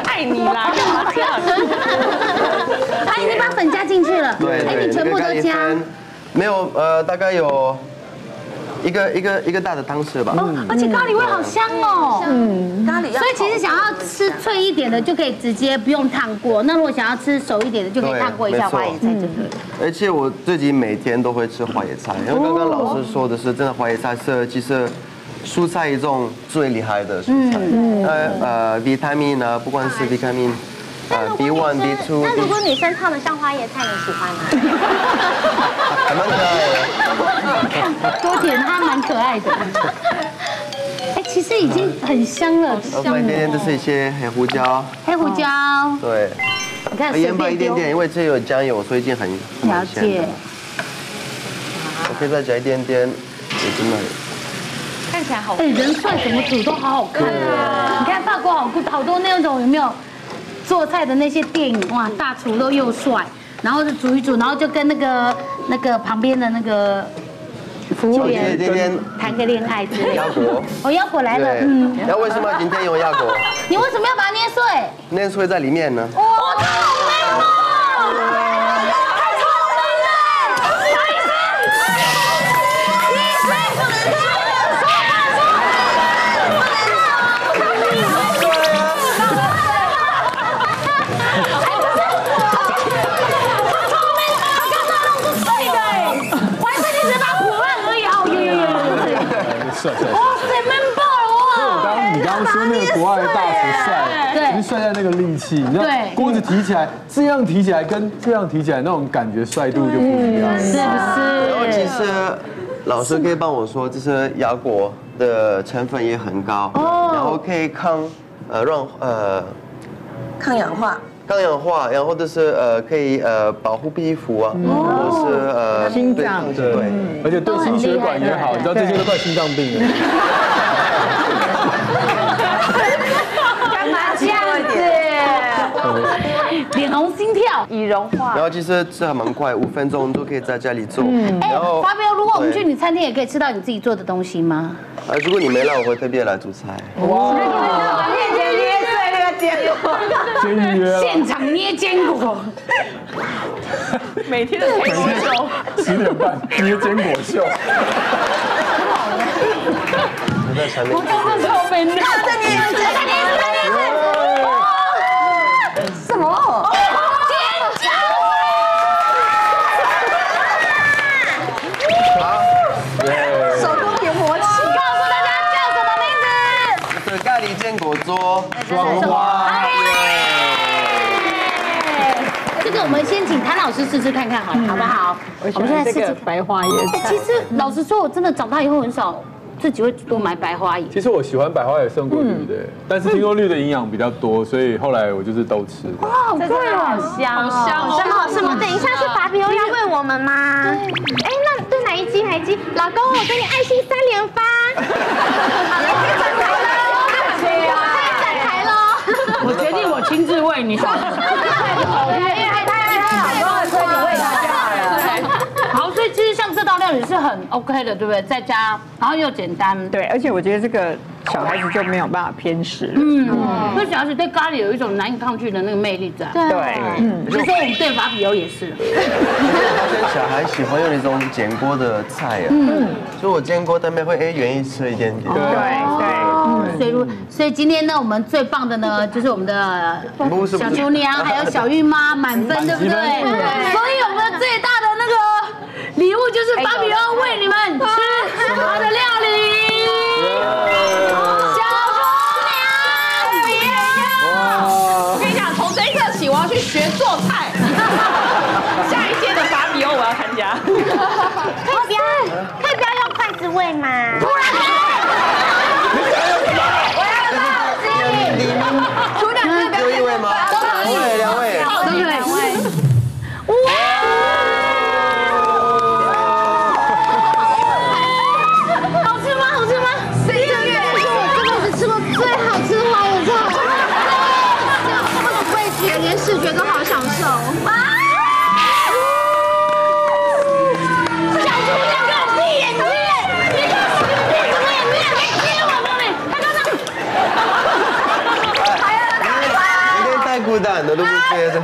爱你啦，干嘛这样？
他已经把粉加进去了，
对
哎，
对，
你全部
那个
都
咖喱
加，
饭没有，呃，大概有一个一个一个大的汤匙吧。
而且咖喱味好香哦，嗯，
咖
所以其实想要吃脆一点的，就可以直接不用烫过；那如果想要吃熟一点的，就可以烫过一下花椰菜就可以。
而且我自己每天都会吃花椰菜，因为
哦
刚刚老师说的是，真的花椰菜是其实蔬菜一种最厉害的蔬菜，
嗯嗯
呃呃，vitamin 啊，不管
哎
是 vitamin 呃 B one B two，
那如果女生唱的像花椰菜，你喜欢吗？
还蛮可爱的。
多点它蛮可爱 的，哎，其实已经很香了，
然后放一点点，这是一些黑胡椒，
黑胡椒，
对，
你看
呃
随
盐巴一点
便丢，
点，因为这有酱油，所以已经很
了
很咸
解
了。。我可以再加一点点，也真的
看起来好，哎，人帅怎么煮都好好看啊！你看法国好好多那种有没有做菜的那些电影哇，大厨都又帅，然后就煮一煮，然后就跟那个那个旁边的那个服务员
今天
谈个恋爱之类
腰
的。
果。
哦，腰果来了，
对
嗯，，
那为什么今天用腰果？
你为什么要把它捏碎？
那是会在里面呢。
哇，太好
帅帅！哇塞，man 爆了！刚刚你刚刚说那个国外的大厨帅，
对
你是帅在那个力气，你知道
对
锅子提起来，这样提起来跟这样提起来那种感觉帅度嗯就不一样。
是
然后
不
其
是？
实老师可以帮我说，就是腰果的成分也很高，
哦
然后可以抗呃让呃
抗氧化。
抗氧化，然后就是呃可以呃保护皮肤啊，
哦
或是呃
心脏
对对，
嗯
而且对心血管也好，你知道这些都快心脏病了。
干嘛这样子？
脸红心跳，
以融化
然。后其实这还蛮快，五分钟就可以在家里做。
哎
然，后
发彪，如果我们去
对
你餐厅，也可以吃到你自己做的东西吗？
呃，如果你没来，我会特别来煮 菜。
天天捏碎那个坚果，
先预约了，
现场捏坚果，
每天的陪我走。
十点半约坚果秀。
我在前面。
刚刚超被虐，
再捏一次，再捏一次，再捏一次。什么？
对
手工点魔器。
告诉大家叫什么名字？
这是咖喱坚果桌双花。
这个我们先请谭老师试试看看好了，好不好？
我喜欢这个白花椰
哎，
菜
其。实老实说，我真的长大以后很少自己会主动买白花椰。
其实我喜欢百花也胜过绿的，但是听说绿的营养比较多，所以后来我就是都吃。
好贵哦！
香哦，
什么什么？等一下是法比欧要问我们吗？哎，那对哪一集哪一集？老公，我给你爱心三连发。好了，可以转台喽，
哎
可以转台喽。
我决定我亲自喂你好了。
好，所以其实像这道料理是很 OK 的，对不对？在家，然后又简单，
对，而且我觉得这个小孩子就没有办法偏食了。
嗯，所以小孩子对咖喱有一种难以抗拒的那个魅力在。对，
对，嗯，
其实我们对法比欧也是，
发现小孩喜欢用一种煎锅的菜啊，嗯，所以我煎锅他们会哎愿意吃一点点，
对
哦
对，
嗯所以如所以今天呢，我们最棒的呢就是我们的
不是不
小
是
厨娘还有小玉 妈满分，对不对？所以我们最大的那个礼物就是
哎
芭比欧为你们吃她的料理。小厨
我跟你讲，从这一刻起，我要去学做菜。下一届的法比欧我要参加。
可以不要，可以不要用筷子喂吗？
就一位吗？两位，两位，
娘，对不对？
好吃吗？好吃吗？谁这月是我这辈子吃过最好吃的花椰菜。这么贵，觉连视觉都好享受。小猪，你给我闭眼睛！你给我闭眼睛！
孤单的，都不觉得。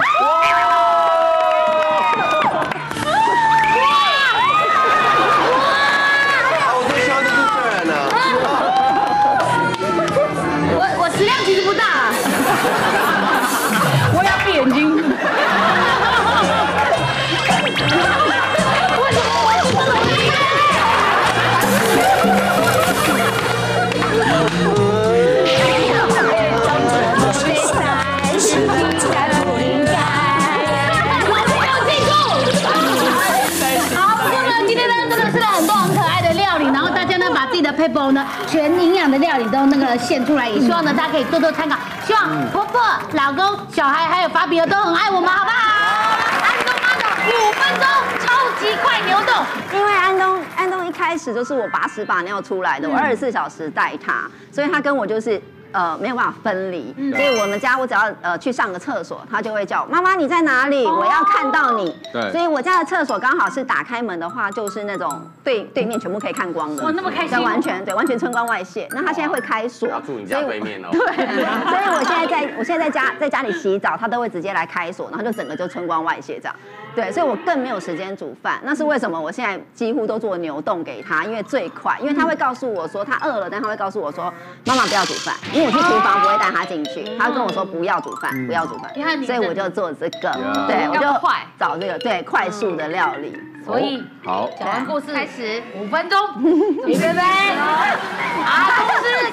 我我食量其实不大
啊
啦，
我要闭眼睛。
好，不过呢，今天呢真的吃了很多很可爱的料理，然后大家呢把自己的 paper 呢全营养的料理都那个献出来，也希望呢大家可以多多参考，希望婆婆、老公、小孩还有法比尔都很爱我们，好不好？安东妈的五分钟超级快牛顿。
因为安东安东一开始就是我把屎把尿出来的，我
嗯
二十四小时带他，所以他跟我就是。呃，没有办法分离，
嗯
所以我们家我只要呃去上个厕所，他就会叫我妈妈你在哪
哦
里？我要看到你。
对
所以我家的厕所刚好是打开门的话，就是那种对对面全部可以看光的。
哇那么开心哦
对完全对，完全春光外泄。那他现在会开锁，
住你家对面哦。
对，所以我现在在我现在在家在家里洗澡，他都会直接来开锁，然后就整个就春光外泄这样。对，所以我更没有时间煮饭，那是为什么？我现在几乎都做牛冻给他，因为最快，因为他会告诉我说他饿了，但他会告诉我说妈妈不要煮饭，因为我去厨房不会带他进去，他会跟我说不要煮饭，不要煮饭
你看，你
所以我就做这个，
Yeah
对我
要嗯
就快找这个对快速的料理，
所以
好，
讲完故事开
始
五分钟，预备备，啊，故事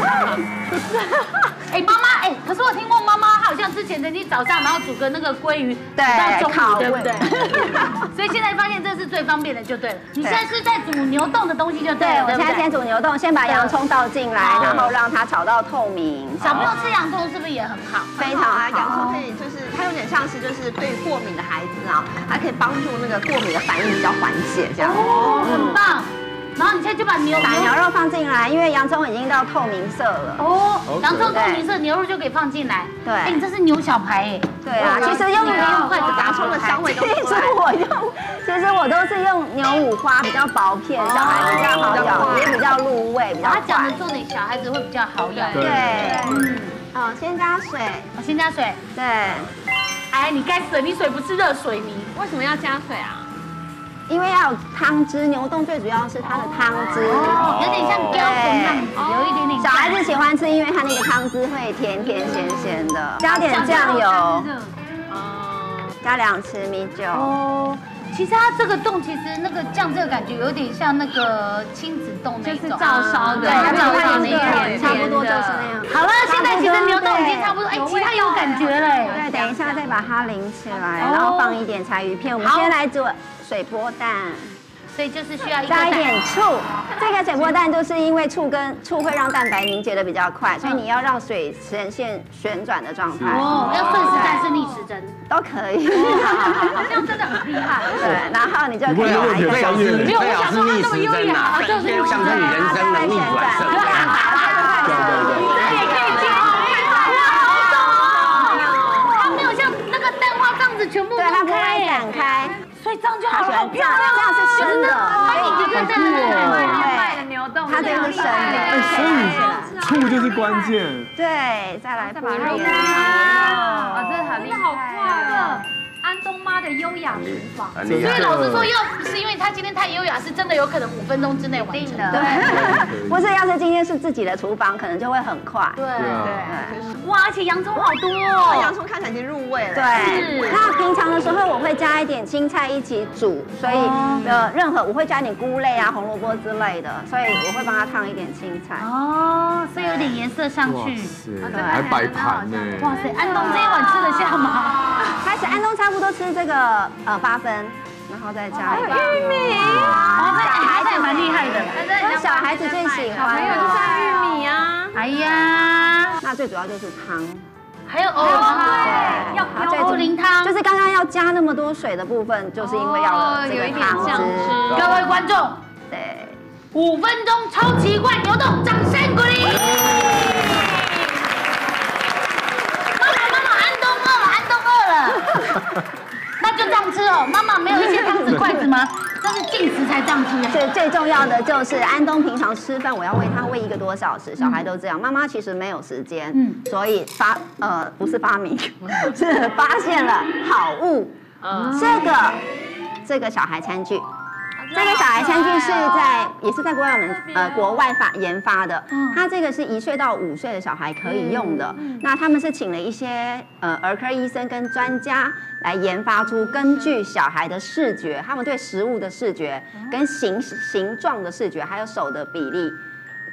告 哎，妈妈，哎，可是我听过妈妈，她好像之前曾经早上然后煮个那个鲑鱼，
对
煮到中午，
烤
对不
味
对？ 所以现在发现这是最方便的，就对了。你现在是在煮牛冻的东西就对
对
了，，
我现在先煮牛冻，先把洋葱倒进来，
好
然后让它炒到透明。
小朋友吃洋葱是不是也很好？
非常啊，洋葱可以就是它有点像是就是对过敏的孩子啊，它可以帮助那个过敏的反应比较缓解这样。
哦，很棒。然后你现在就把牛
把牛肉放进来，因为洋葱已经到透明色了。
哦洋葱透明
对。
色，牛肉就可以放进来。
对
哎，你这是牛小排哎。
对啊，其实用
你
牛
没有筷子
洋
洋
葱
葱
的
的
香
香味
味都
都
出
出来
来其实我用，其实我都是用牛五花比较薄片，小孩比较好咬，也比较入味，比较
他讲
快
的。重点，小孩子会比较好咬。
对
嗯，
哦，先加水，
我先加水。
对。
哎，你该死了，你水不是热水泥。
为什么要加水啊？
因为要有汤汁，牛冻最主要是它的汤汁，
哦有点像
对
胶粉那样子
有一点点
小孩子喜欢吃，因为它那个汤汁会甜甜咸咸
哦
的，加点酱油，加两匙米酒。
哦，其实它这个冻，其实那个酱这个感觉有点像那个亲子冻那种，就是
照烧的
对，它照烧的
对对对
差不多就是那样。
好了，现在其实牛冻已经差不多，哎，
对
其他有感觉了，哎
对，等一下再把它淋起来，
哦
然后放一点柴鱼片。我们
好
先来做水波蛋，
所以就是需要一个
加一
蛋
点醋。这个水波蛋就是因为醋跟醋会让蛋白凝结的比较快，所以你要让水呈现旋转的状态。
哦，要顺时针是
对
逆时针，
都可以。
好像真的很厉害。
对，然后你就可以
问
拿一个
最好
小
是
时
最好是逆时针啊，像是你人生的逆转胜。
它哦没有像那个蛋花这样子全部
对它
弄
不会
开，
展开，
所以这样就
它
好
喜
好
欢这
漂
样，
亮啊
这样是生的，
它已经跟
对
哦的牛
对，它这个是生
哎
的，
哎所以醋就是关键。
对，再来铺一点。
哇，真的很厉害，好快安东妈的优雅厨房，
嗯
很
所
厉害
以老师说，要不是因为他今天太优雅，是真的有可能五分钟之内完成。
对，不是，要是今天是自己的厨房，可能就会很快。对啊
对
哇，而且洋葱好多
哦，洋葱看起来已经入味了。
对，那平常的时候我会加一点青菜一起煮，所以
哦
呃，任何我会加一点菇类啊、红萝卜之类的，所以我会帮他烫一点青菜。
哦，所以有点颜色上
哇
去。哦
塞，还摆盘呢。
哇塞，安东这一碗吃得下吗？
开始安东差不多吃这个呃八分，然后再加一个玉米，
小孩子蛮厉害的，
那小孩子最喜欢的
就是玉米啊。哎呀，
那最主要就是汤。
还
哦
有藕汤，
它最主
欧林汤，
就是刚刚要加那么多水的部分，就是因为要有这个汤汁。
各位观众，
对，
五分钟超级怪牛洞，掌声鼓励。妈妈，妈妈，安东饿了，安东饿 了，那就这样吃哦。妈妈没有一些汤匙筷子吗？这是禁食才台宕机啊！
对，最重要的就是安东平常吃饭，我要喂他喂一个多小时，小孩都这样，妈妈其实没有时间，
嗯
所以发呃不是 发明，是发现了好物，
嗯
这个这个小孩餐具。这个小孩餐具是在也是在国外人呃国外发研发的，它这个是一岁到五岁的小孩可以用的。那他们是请了一些呃儿科医生跟专家来研发出根据小孩的视觉，他们对食物的视觉、跟形形状的视觉，还有手的比例。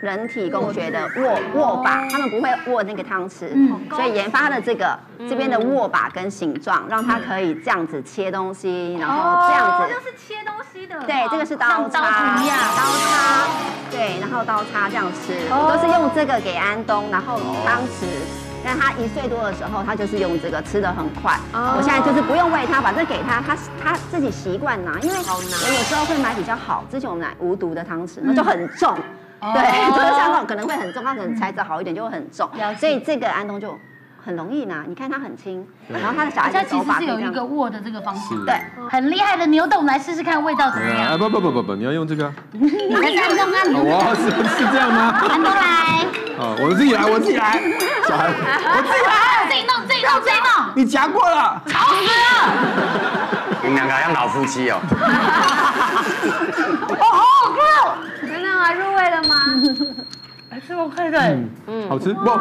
人体工学的哦嗯握握把，他们不会握那个汤匙，所以研发了这个这边的握把跟形状，让它可以这样子切东西，然后这
哦
样子
就是切东西的。
对，这个是刀
像刀
叉，
子一样
刀叉，对，然后刀叉这样吃，
哦
我
哦
都是用这个给安东，然后当时。但他一岁多的时候，他就是用这个吃的很快。
哦
我现在就是不用喂他，把这给他，他他自己习惯拿。因为
好难
我有时候会买比较好，之前我们买无毒的汤匙，那
嗯
就很重。
哦
对，就是像那种可能会很重，它可能材质好一点就会很重。所以这个安东就很容易拿，你看他很轻，然后他的小孩
它
子
其
手
实
法可
是
以这
有一
样
个握的这个方式
是，
对，很厉害的牛豆，我们来试试看味道怎么样。
啊不不不不不，你要用这个啊。 哦
你们在弄啊，你们啊
哇，是是这样吗？
安东来，
啊，我自己来，我自己来。小孩，我自己来。
哦自己弄，自己弄，自己弄。
你夹过了，
吵死了！
你们两个好像老夫妻哦。
哦，好好看哦！真的吗？入味了吗？哎
吃我看看，
嗯，好吃不？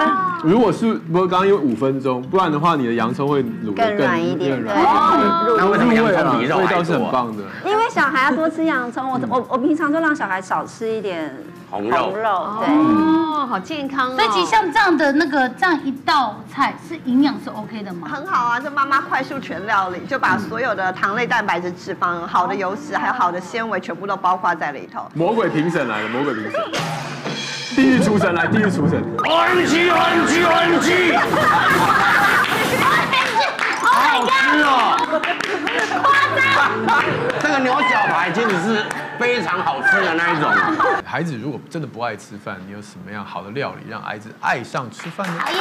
如果是不过刚刚因为五分钟，不然的话你的洋葱会卤得
更软一点
更
对
软
哦
对
那为什么洋葱比肉
味
还
哦
道是很
多啊
棒的。
因为小孩要多吃洋葱，我我我平常就让小孩少吃一点
红
红
肉，
肉，对。
哦，好健康
哦
所以其实像这样的那个这样一道菜是营养是 OK 的吗？
很好啊，这妈妈快速全料理就把所有的糖类、蛋白质、脂肪、好的油脂，还有好的纤维，全部都包括在里头。
魔鬼评审来了，魔鬼评审，地狱厨神来，地狱厨神。
OMG OMG OMG！好吃哦！这个牛小排简直是非常好吃的那一种。
孩子如果真的不爱吃饭，你有什么样好的料理让孩子爱上吃饭呢？
韩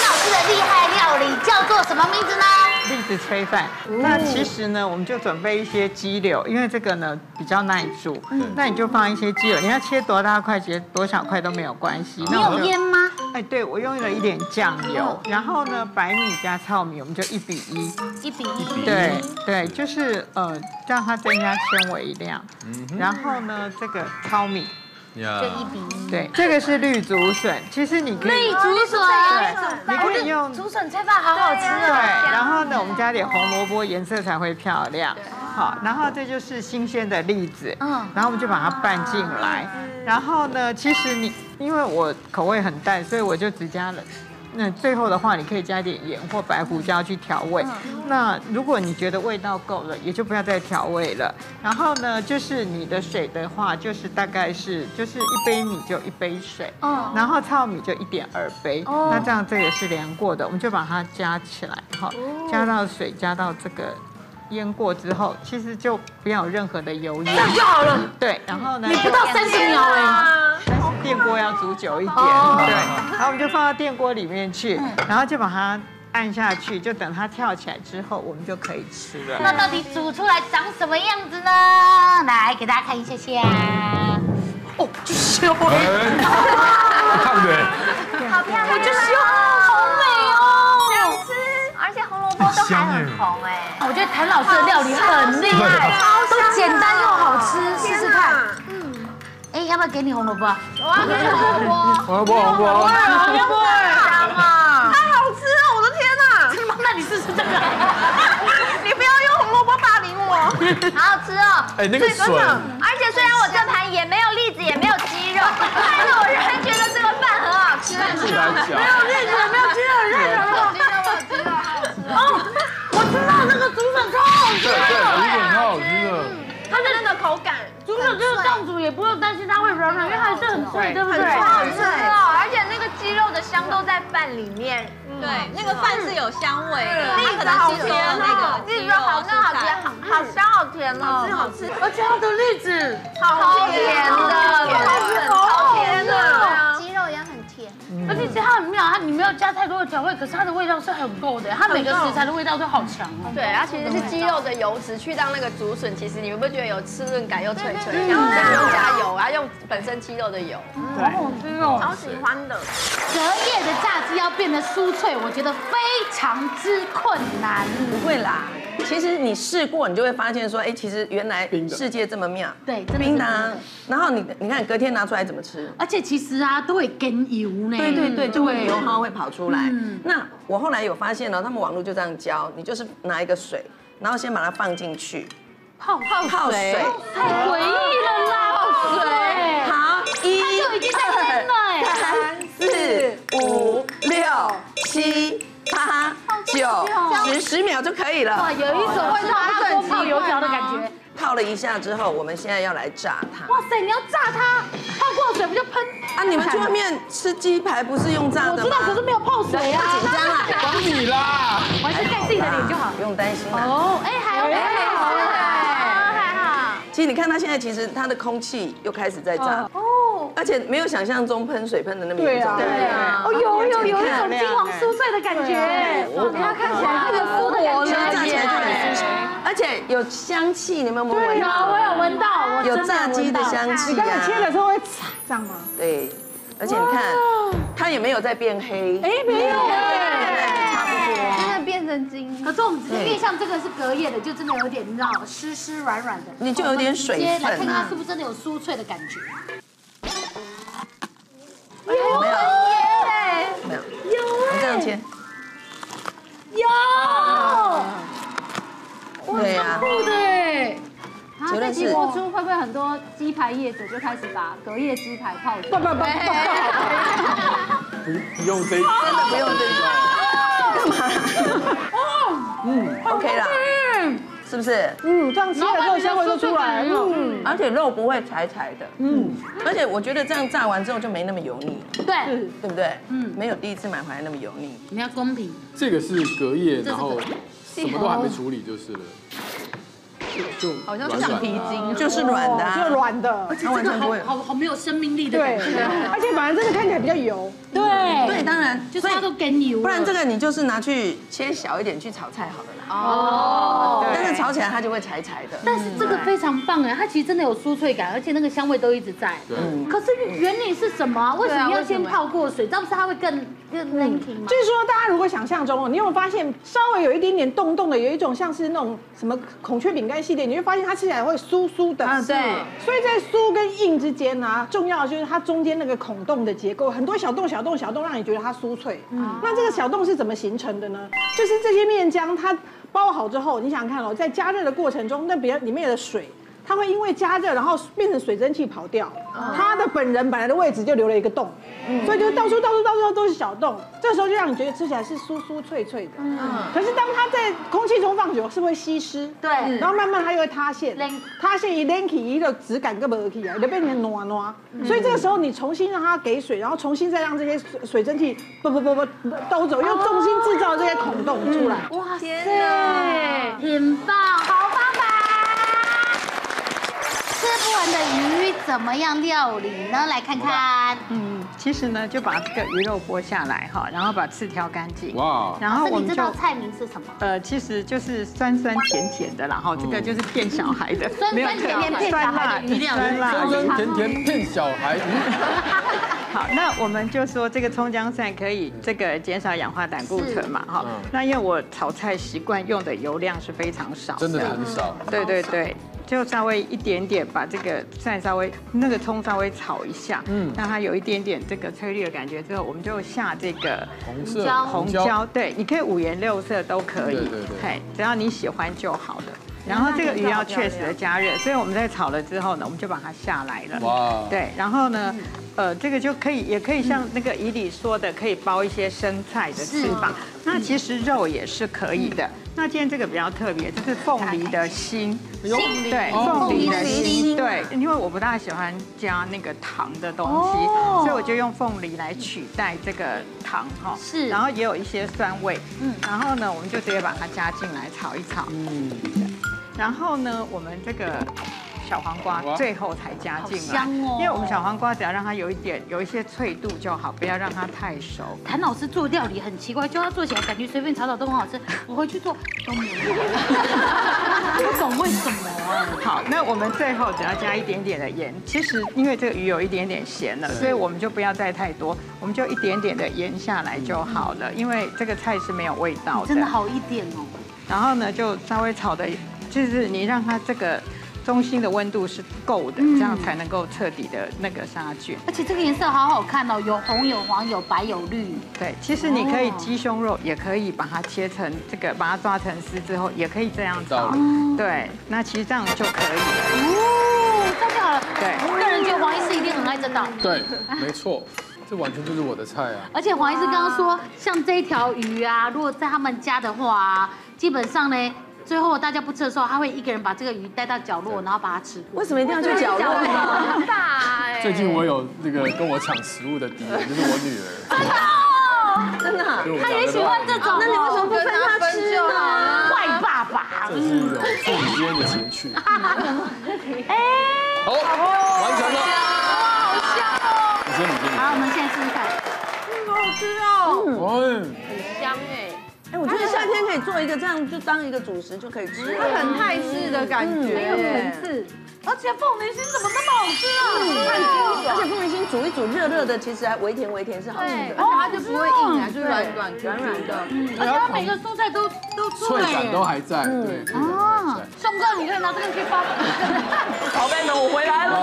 老师的厉害料理叫做什么名字呢？
栗子炊饭。那其实呢，我们就准备一些鸡柳，因为这个呢比较耐煮
嗯。
那你就放一些鸡柳，你要切多大块，切多小块都没有关系。
你
那我
有
就
腌吗？
哎，对，我用了一点酱油，
哦
然后呢，白米加糙米，我们就一比一。
一比一。
对对，就是呃，让它增加纤维量。
嗯
然后呢，这个糙米，
呀
比一
对，这个是绿竹笋。其实你可以
绿竹笋啊
对，，你可以用。
用竹笋炊饭，好好吃
对，然
哦。
后呢，我们加点红萝卜，颜色才会漂亮。好，然后这就是新鲜的栗子，嗯，然后我们就把它拌进来。然后呢，其实你因为我口味很淡，所以我就只加了。那最后的话，你可以加点盐或白胡椒去调味。那如果你觉得味道够了，也就不要再调味了。然后呢，就是你的水的话，就是大概是就是一杯米就一杯水，
嗯
然后糙米就一点二杯。
哦
那这样这个是量过的，我们就把它加起来，好，
哦
加到水，加到这个腌过之后，其实就不要有任何的油盐，这样就好了。对，然后呢，
你不到
就
30秒
欸
哎
但是电锅要煮久一点，
哦
对，然后我们就放到电锅里面去，
嗯
然后就把它按下去，就等它跳起来之后，我们就可以吃了。
那到底煮出来长什么样子呢？来给大家看一下下。哦，就修
烫的，
好漂亮，我就希望好美哦，想吃。
啊而且红萝卜都还很红哎。
我觉得谭老师的料理很厉害，都简单又好吃，试试看。嗯，哎，要不要给你红萝卜啊？
我要给红萝卜。
红萝卜，红萝卜，
红萝卜，
太好吃了，我的天哪！
是吗？那你试试这个。
你不要用红萝卜霸凌我。
好好吃哦！
哎那个
所以
笋
而且虽然我这盘也没有栗子，也没有鸡肉，但是我仍然觉得这个饭很好吃。
自己来
没有栗子，没有鸡肉，你看什么？哦，我知道那个竹笋超好吃
对对，有一点
的，
超好吃的。
它的那个口感，
竹笋就是这样煮，也不用担心它会软软，因为它还是很脆，对不对？
吃哦，而且那个鸡肉的香都在饭里面。
嗯
对，那个饭是有香味的，
栗
它
子
可能
好
吸
甜
收了那
哦
个，
栗
鸡
子
肉
好嫩好
蔬
甜
菜，
好
嗯
好香好甜哦，好吃好吃，而且它的栗子
好甜的
好甜的，
超甜的
好甜的。
鸡肉也很甜。
对而且其实它很妙，它你没有加太多的调味，可是它的味道是很够的，它每个食材的味道都好强哦。
对，它其实是鸡肉的油脂去让那个竹笋，其实你们会觉得有滋润感，又脆脆，然后加又加油，然后用本身鸡肉的油，
好好吃哦，
超喜欢的。
隔夜的炸鸡要变得酥脆，我觉得非常之困难。
不会啦，其实你试过，你就会发现说，哎，其实原来世界这么妙。
对，真的是
冰的啊，然后你你看隔天拿出来怎么吃？
而且其实啊，都会跟油呢。嗯
对对对，就会油
好
耗会跑出来。那我后来有发现呢，哦他们网络就这样教，你就是拿一个水，然后先把它放进去，
泡泡
泡水
太诡异了啦，泡水。
好，一，
它就已经在蒸了哎。
三四五六七八九十十秒就可以了。
哇有一种会让它锅泡油条的感觉。
泡了一下之后，我们现在要来炸它。
哇塞，你要炸它，泡过水不就喷？
啊，你们去外面吃鸡排不是用炸的吗？
我知道，可是没有泡水啊。
紧张啊，
管
你啦，
我还是盖自己的脸就好，
不用担心啊啦。
哦，哎，还好，还好，还好。
其实你看它现在，其实它的空气又开始在炸，
哦，
而且没有想象中喷水喷的那么严重。
哦，有有有一种金黄酥脆的感觉，我给它看起来特别酥的感觉，
炸起来就很酥而且有香气，你们有没有
对
闻
啊，
到？
我有闻到，我
有
真
炸
闻
鸡的
到
香气
你刚
啊
才切的时候会嚓这样吗？
对，而且你看，它也没有在变黑。
哎，没有哎，
差不多。
真的变成金。
可是我们直接因为像这个是隔夜的，就真的有点你知道湿湿软软的，
你就有点水分啊
我们直接来看看它是不是真的有酥脆的感觉。
哎呦，没有，没有，
有
这样切。
有，
对啊，
酷的哎。
啊，这期播出会不会很多鸡排业者就开始把隔夜鸡排泡水？
啊
不用这一招，
真的不用这一
招，
嗯，OK 啦，是不是？
嗯，这样吃了之后香味都出来了。嗯，
而且肉不会柴柴的，嗯，而且我觉得这样炸完之后就没那么油腻，
对，
对不对？嗯，没有第一次买回来那么油腻。
你要公平，
这个是隔夜，然后
这是
什
隔
么都还没处理就是了，就就
好像
软
橡
软
皮
的啊
筋就是软的啊
就软的，
而且这个好好好没有生命力的感觉啊。
而且反而这个看起来比较油。
对
对，当然，
就是
所以
它都给你，
不然这个你就是拿去切小一点去炒菜好了啦。
哦
但是炒起来它就会柴柴的。嗯
但是
这个非常棒哎，它其实真的有酥脆感，而且那个香味都一直在。
对
可是原理是什么啊？为什么要先泡过水？这样不是它会更更那个吗？
就是说，大家如果想象中哦，你有没有发现稍微有一点点冻冻的，有一种像是那种什么孔雀饼干系列，你会发现它吃起来会酥酥的。
啊对
所以在酥跟硬之间呢、重要的就是它中间那个孔洞的结构，很多小洞、小洞、小洞，让你觉得它酥脆。
嗯
那这个小洞是怎么形成的呢？就是这些面浆它包好之后，你想想看哦，在加热的过程中，那别里面的水。它会因为加热，然后变成水蒸气跑掉，它的本人本来的位置就留了一个洞，
哦嗯
所以就到处到处到处都是小洞，这时候就让你觉得吃起来是酥酥脆脆的。
嗯
可是当它在空气中放久，是会吸湿，对
嗯
然后慢慢它就会塌陷，塌陷一 lenky 一个质感根本不 k 啊，就变成糯糯。
嗯
所以这个时候你重新让它给水，然后重新再让这些水水蒸气不不不不兜走，又重新制造这些孔洞出来。
嗯
哇塞，很棒，好棒
吃不完的鱼怎么样料理呢？来看看。
嗯，其实呢，就把这个鱼肉剥下来哈，然后把刺挑干净。
哇
然后我
老师
们
你这
就
道菜名是什么？
呃，其实就是酸酸甜甜的啦哈，这
嗯
个就是骗小孩的，
酸
没有
酸
特
甜甜
别
骗小孩的鱼料
酸辣
酸酸甜甜骗小孩，
好，那我们就说这个葱姜蒜可以这个减少氧化胆固醇嘛，哈
嗯。
那因为我炒菜习惯用的油量是非常少，
真的很少
嗯
对对对，就稍微一点点把这个蒜稍微那个葱稍微炒一下，嗯
嗯，
让它有一点点这个翠绿的感觉之后，我们就下这个红
色椒
红
红椒
椒，对，你可以五颜六色都可以，
对对对
嘿，只要你喜欢就好了。然后这个鱼要确实的加热，所以我们在炒了之后呢，我们就把它下来了。哇
哇，
对，然后呢，呃，这个就可以，也可以像那个以里说的，可以包一些生菜的翅膀。那其实肉也是可以的。那今天这个比较特别，就是凤梨的心，
凤梨
对，
哦
凤梨的心，
凤梨心
对，因为我不大喜欢加那个糖的东西，
哦
所以我就用凤梨来取代这个糖哈。
是
然后也有一些酸味，嗯，然后呢，我们就直接把它加进来炒一炒，嗯。然后呢，我们这个小黄瓜
哇
最后才加进来，
好香哦
因为我们小黄瓜只要让它有一点有一些脆度就好，不要让它太熟。
谭老师做料理很奇怪，教他做起来感觉随便炒炒都很好吃，我回去做都没有用， 不懂为什么啊。
好，那我们最后只要加一点点的盐。其实因为这个鱼有一点点咸了，
对
所以我们就不要再太多，我们就一点点的盐下来就好
嗯
了。因为这个菜是没有味道的。
真的好一点哦。
然后呢，就稍微炒的，就是你让它这个中心的温度是够的，
嗯
这样才能够彻底的那个杀菌。
而且这个颜色好好看哦，有红有黄有白有绿。
对，其实你可以
哦
鸡胸肉，也可以把它切成这个，把它抓成丝之后，也可以这样
道
炒
理。
对，那其实这样就可以了。
哦，太好了。
对
个人觉得黄医师一定很爱这道。
对，没错，这完全就是我的菜啊！
而且黄医师刚刚说，像这一条鱼啊，如果在他们家的话、啊，基本上呢，最后大家不吃的时候，他会一个人把这个鱼带到角落，然后把它吃光。为什么一定要
去角落呢
很大哎
最近我有那个跟我抢食物的敌人，就是我女儿。
真的啊
对我们两个都他也喜欢这种
那你为什么不分他吃呢？
坏爸爸，
这是一种父女之间的情趣。
哎
好，完成了。你先，你先，你
好，我们现在试试看。
好好吃哦，
嗯，
很香哎。
哎，我觉得夏天可以做一个这样，就当一个主食就可以吃了。
嗯它很泰式的感觉，
嗯
次。而且凤梨心怎么那么好吃啊？
嗯
嗯
而且凤梨心煮一煮热热的，其实还微甜微甜是好吃
对
的，
而且它哦就不会硬
哦
啊就是软软
对软软的，
而且它每个蔬菜都都出
脆
来耶，
感都还在，对。
啊，宋哥，你可以拿这个去 发。
宝贝们，我回来了。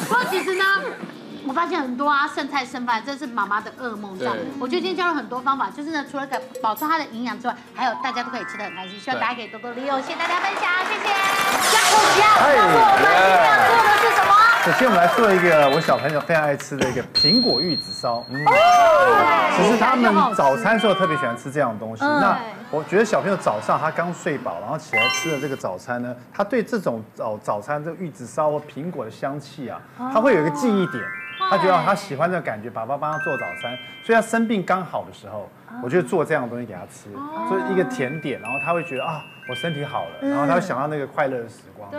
不过其实呢。我发现很多啊，剩菜剩饭，这是妈妈的噩梦。这样
对，
我觉得今天教了很多方法，就是呢，除了可保存它的营养之外，还有大家都可以吃的很开心。希望
对
大家可以多多利用，谢谢大家分享，谢谢。哎下周只要告诉我们今天要做的是什么？
首先，我们来做一个我小朋友非常爱吃的一个苹果玉子烧。嗯，其实他们
哎
早餐时候特别喜欢吃这样的东西。
嗯
那我觉得小朋友早上他刚睡饱，然后起来吃了这个早餐呢，他对这种早早餐这个玉子烧或苹果的香气啊，他会有一个记忆点。他觉得他喜欢这个感觉，爸爸帮他做早餐，所以他生病刚好的时候，我就做这样的东西给他吃，做一个甜点，然后他会觉得啊，我身体好了，然后他会想到那个快乐的时光。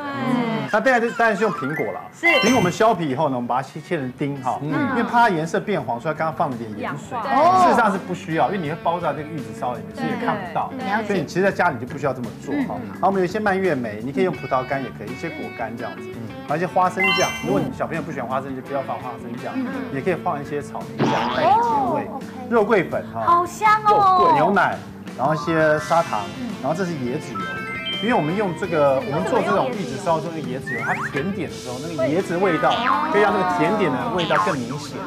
那当然就当然是用苹果啦，
嗯是
苹果我们削皮以后呢，我们把它切切成丁哈，
嗯
因为怕它颜色变黄，所以刚刚放了点盐水
氧化。哦
事实上是不需要，因为你会包在这个玉子烧里面，所以也看不到
对了。嗯解
所以你其实在家里就不需要这么做哈。好，我们有一些蔓越莓，你可以用葡萄干，也可以一些果干这样
嗯
子，还有一些花生酱。如果你小朋友不喜欢花生，就不要放花生酱
嗯，哦
也可以放一些草莓酱带点甜味。肉桂粉哈，
好香哦嗯
肉桂牛奶，然后一些砂糖，然后这是椰子油。因为我们用这个，我们做这种玉子烧用的椰子油，它甜点的时候，那个椰子的味道可以让那个甜点
哦
的味道更明显，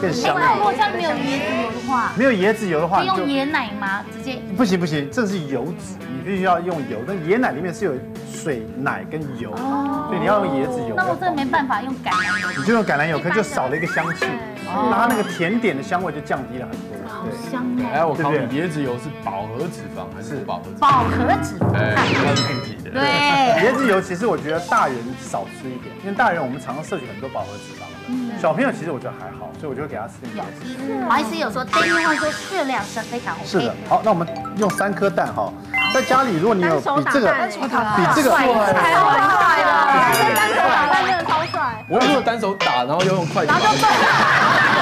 更香。
哎如果像没有椰子油的话，
没有椰子油的话，
就
你
用
就
椰奶吗？直接
不行不行，这是油脂，你必须要用油。那椰奶里面是有水、奶跟油，所以你要用椰子油。
哦那我真的没办法用橄榄油。
你就用橄榄油，可能就少了一个香气，
哦
那它那个甜点的香味就降低了很多。对，
香
哎，我
考你，椰子油是饱和脂肪还是不饱和脂肪？
饱和脂肪
哎，要具体的。
对，椰子油其实我觉得大人少吃一点，因为大人我们常常摄取很多饱和脂肪的，小朋友其实我觉得还好，所以我就会给他吃点椰子油。
黄医师嗯有说，对孕后说适量是非常哎 OK
是的，好，那我们用三颗蛋哈，在家里如果你有比这个比这个
太帅
哎
了，单手打
蛋
真的超帅。
我如果单手打，然后又用筷子把它。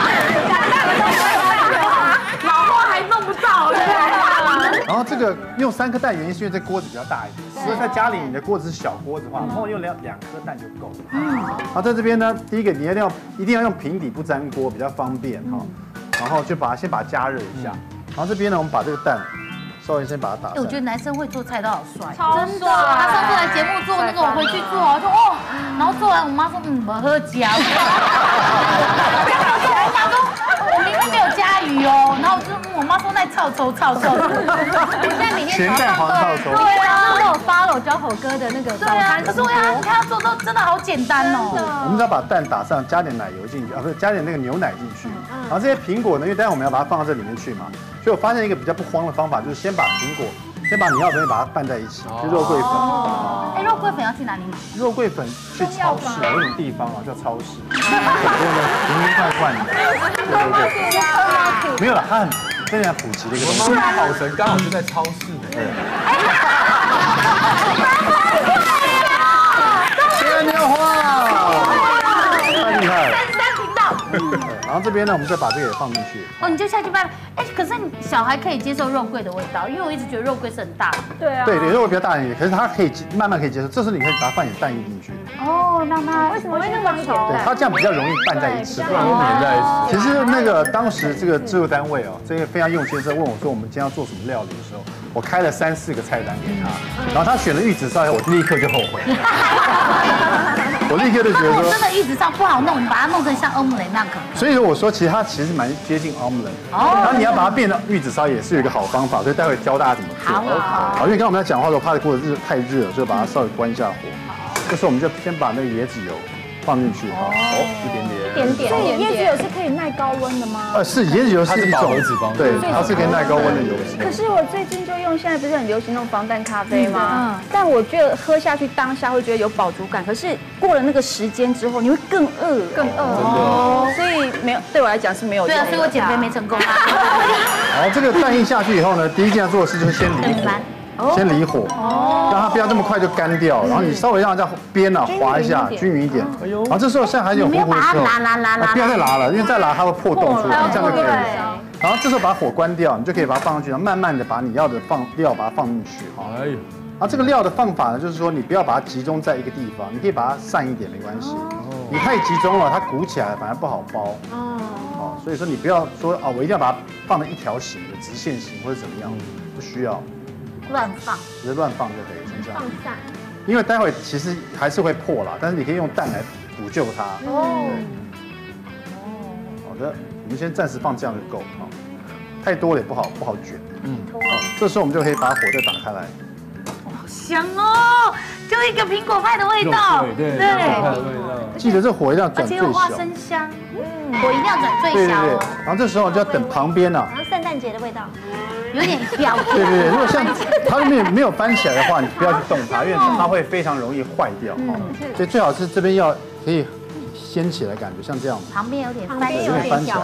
老婆还弄不到嘞。
然后这个用三颗蛋，原因是因为这锅子比较大一点。如果在家里你的锅子是小锅子的
嗯
话，然后用两两颗蛋就够嗯了。 然后在这边呢，第一个你一定要一定要用平底不粘锅，比较方便哈。然后就把它先把它加热一下。然后这边呢，我们把这个蛋稍微先把它打
哎，我觉
散。
得男生会做菜都好帅，
超帅
真的。他上次来节目做那个，我回去做，我说哦，然后做完，我妈说嗯，我喝加。我想说，哦我明明没有加鱼哦，然后我就嗯我妈说那臭臭臭臭。我现在每天
咸
早上
蛋黄泡粥。
对啊，
我有 follow 交口哥的那个
对啊，可是我要他做都真的好简单哦。
我们只要把蛋打上，加点奶油进去啊，不是加点那个牛奶进去。
嗯
然后这些苹果呢，因为待会我们要把它放到这里面去嘛，所以我发现一个比较不慌的方法，就是先把苹果，先把你要的东西把它拌在一起，就肉桂粉。
哦，哎，肉桂粉要去哪里买？
肉桂粉去超市有一种地方啊，叫超市，
哎
很多的瓶瓶罐罐的，没有了，它很非常普及的一个东
我
西。
妈妈跑神刚好就在超市呢。
对。
哎，
然后这边呢，我们再把这个也放进去。
哦，你就下去拜拜。哎，可是你小孩可以接受肉桂的味道，因为我一直觉得肉桂是很大的。对
啊
对，有时候比较大一点，可是他可以接慢慢可以接受。这时候你可以把它放点蛋液进去，
哦，让他为什么会那么稠
对，它这样比较容易拌在一起，
对比较容易黏在一
其实那个当时这个制作单位哦，这个非常用心，是问我说我们今天要做什么料理的时候，我开了三四个菜单给他，然后他选了玉子烧以后，我立刻就后悔，我立刻就觉
他
得
如
说
果真的玉子烧不好弄，我们把它弄成像欧姆雷那可不可以
所以说我说，其实它其实蛮接近 omelet，
哦
然后你要把它变成玉子烧也是有一个好方法，所以待会教大家怎么做。
好啊好
因为刚刚我们在讲话的时候，怕过得热太热了，所以把它稍微关一下火。这时候我们就先把那个椰子油放进去哈，哦，一点点，
所以椰子油是可以耐高温的吗？
呃，是椰子油
它
是
是
一
保
种
留脂肪
对
对，
它是可以耐高温的油脂。
可是我最近就用，现在不是很流行那种防弹咖啡吗？
嗯
但我觉得喝下去当下会觉得有饱足感，可是过了那个时间之后，你会更饿，更饿哦。所以没有对我来讲是没有
对啊
用的
所以我减肥没成功啊。
好，这个蛋液下去以后呢，第一件要做的事就是先
嗯
离
哦
火，先离火，让它不要这么快就干掉，然后你稍微让它边啊滑嗯一下，均匀一点。哎呦，然后这时候现在还有点糊糊的时候，
你没有把它拉拉拉拉
啊不要再拉了，因为再拉它会破洞
哦
出来，这样就可以了。
对。
然后这时候把火关掉，你就可以把它放上去，然后慢慢的把你要的放料把它放进去。哈。哎呦，啊，这个料的放法呢，就是说你不要把它集中在一个地方，你可以把它散一点没关系。
哦
你太集中了，它鼓起来反而不好包。哦，所以说你不要说啊，我一定要把它放成一条形的直线型或者怎么样，不需要，
乱放，
直接乱放就可以，是这样。
散。
因为待会其实还是会破啦，但是你可以用蛋来补救它。
哦，
好的，我们先暂时放这样就够啊，太多了也不好不好卷。嗯，这时候我们就可以把火再打开来。
香哦，就一个苹果派的味道，
记得这火一定要转
而且
最
有花
小。
生香，
嗯
我一定要转
对
最
对
小
对
哦，，
然后这时候就要等旁边啊，
然后圣诞节的味道，
有点飘。
对对对，如果像它如果没有没有翻起来的话，你不要去动它，因为它会非常容易坏掉
嗯
哈。所以最好是这边要可以掀起来，感觉像这样子。
旁边有点
旁
翻
边
起
有
来，
点翻起来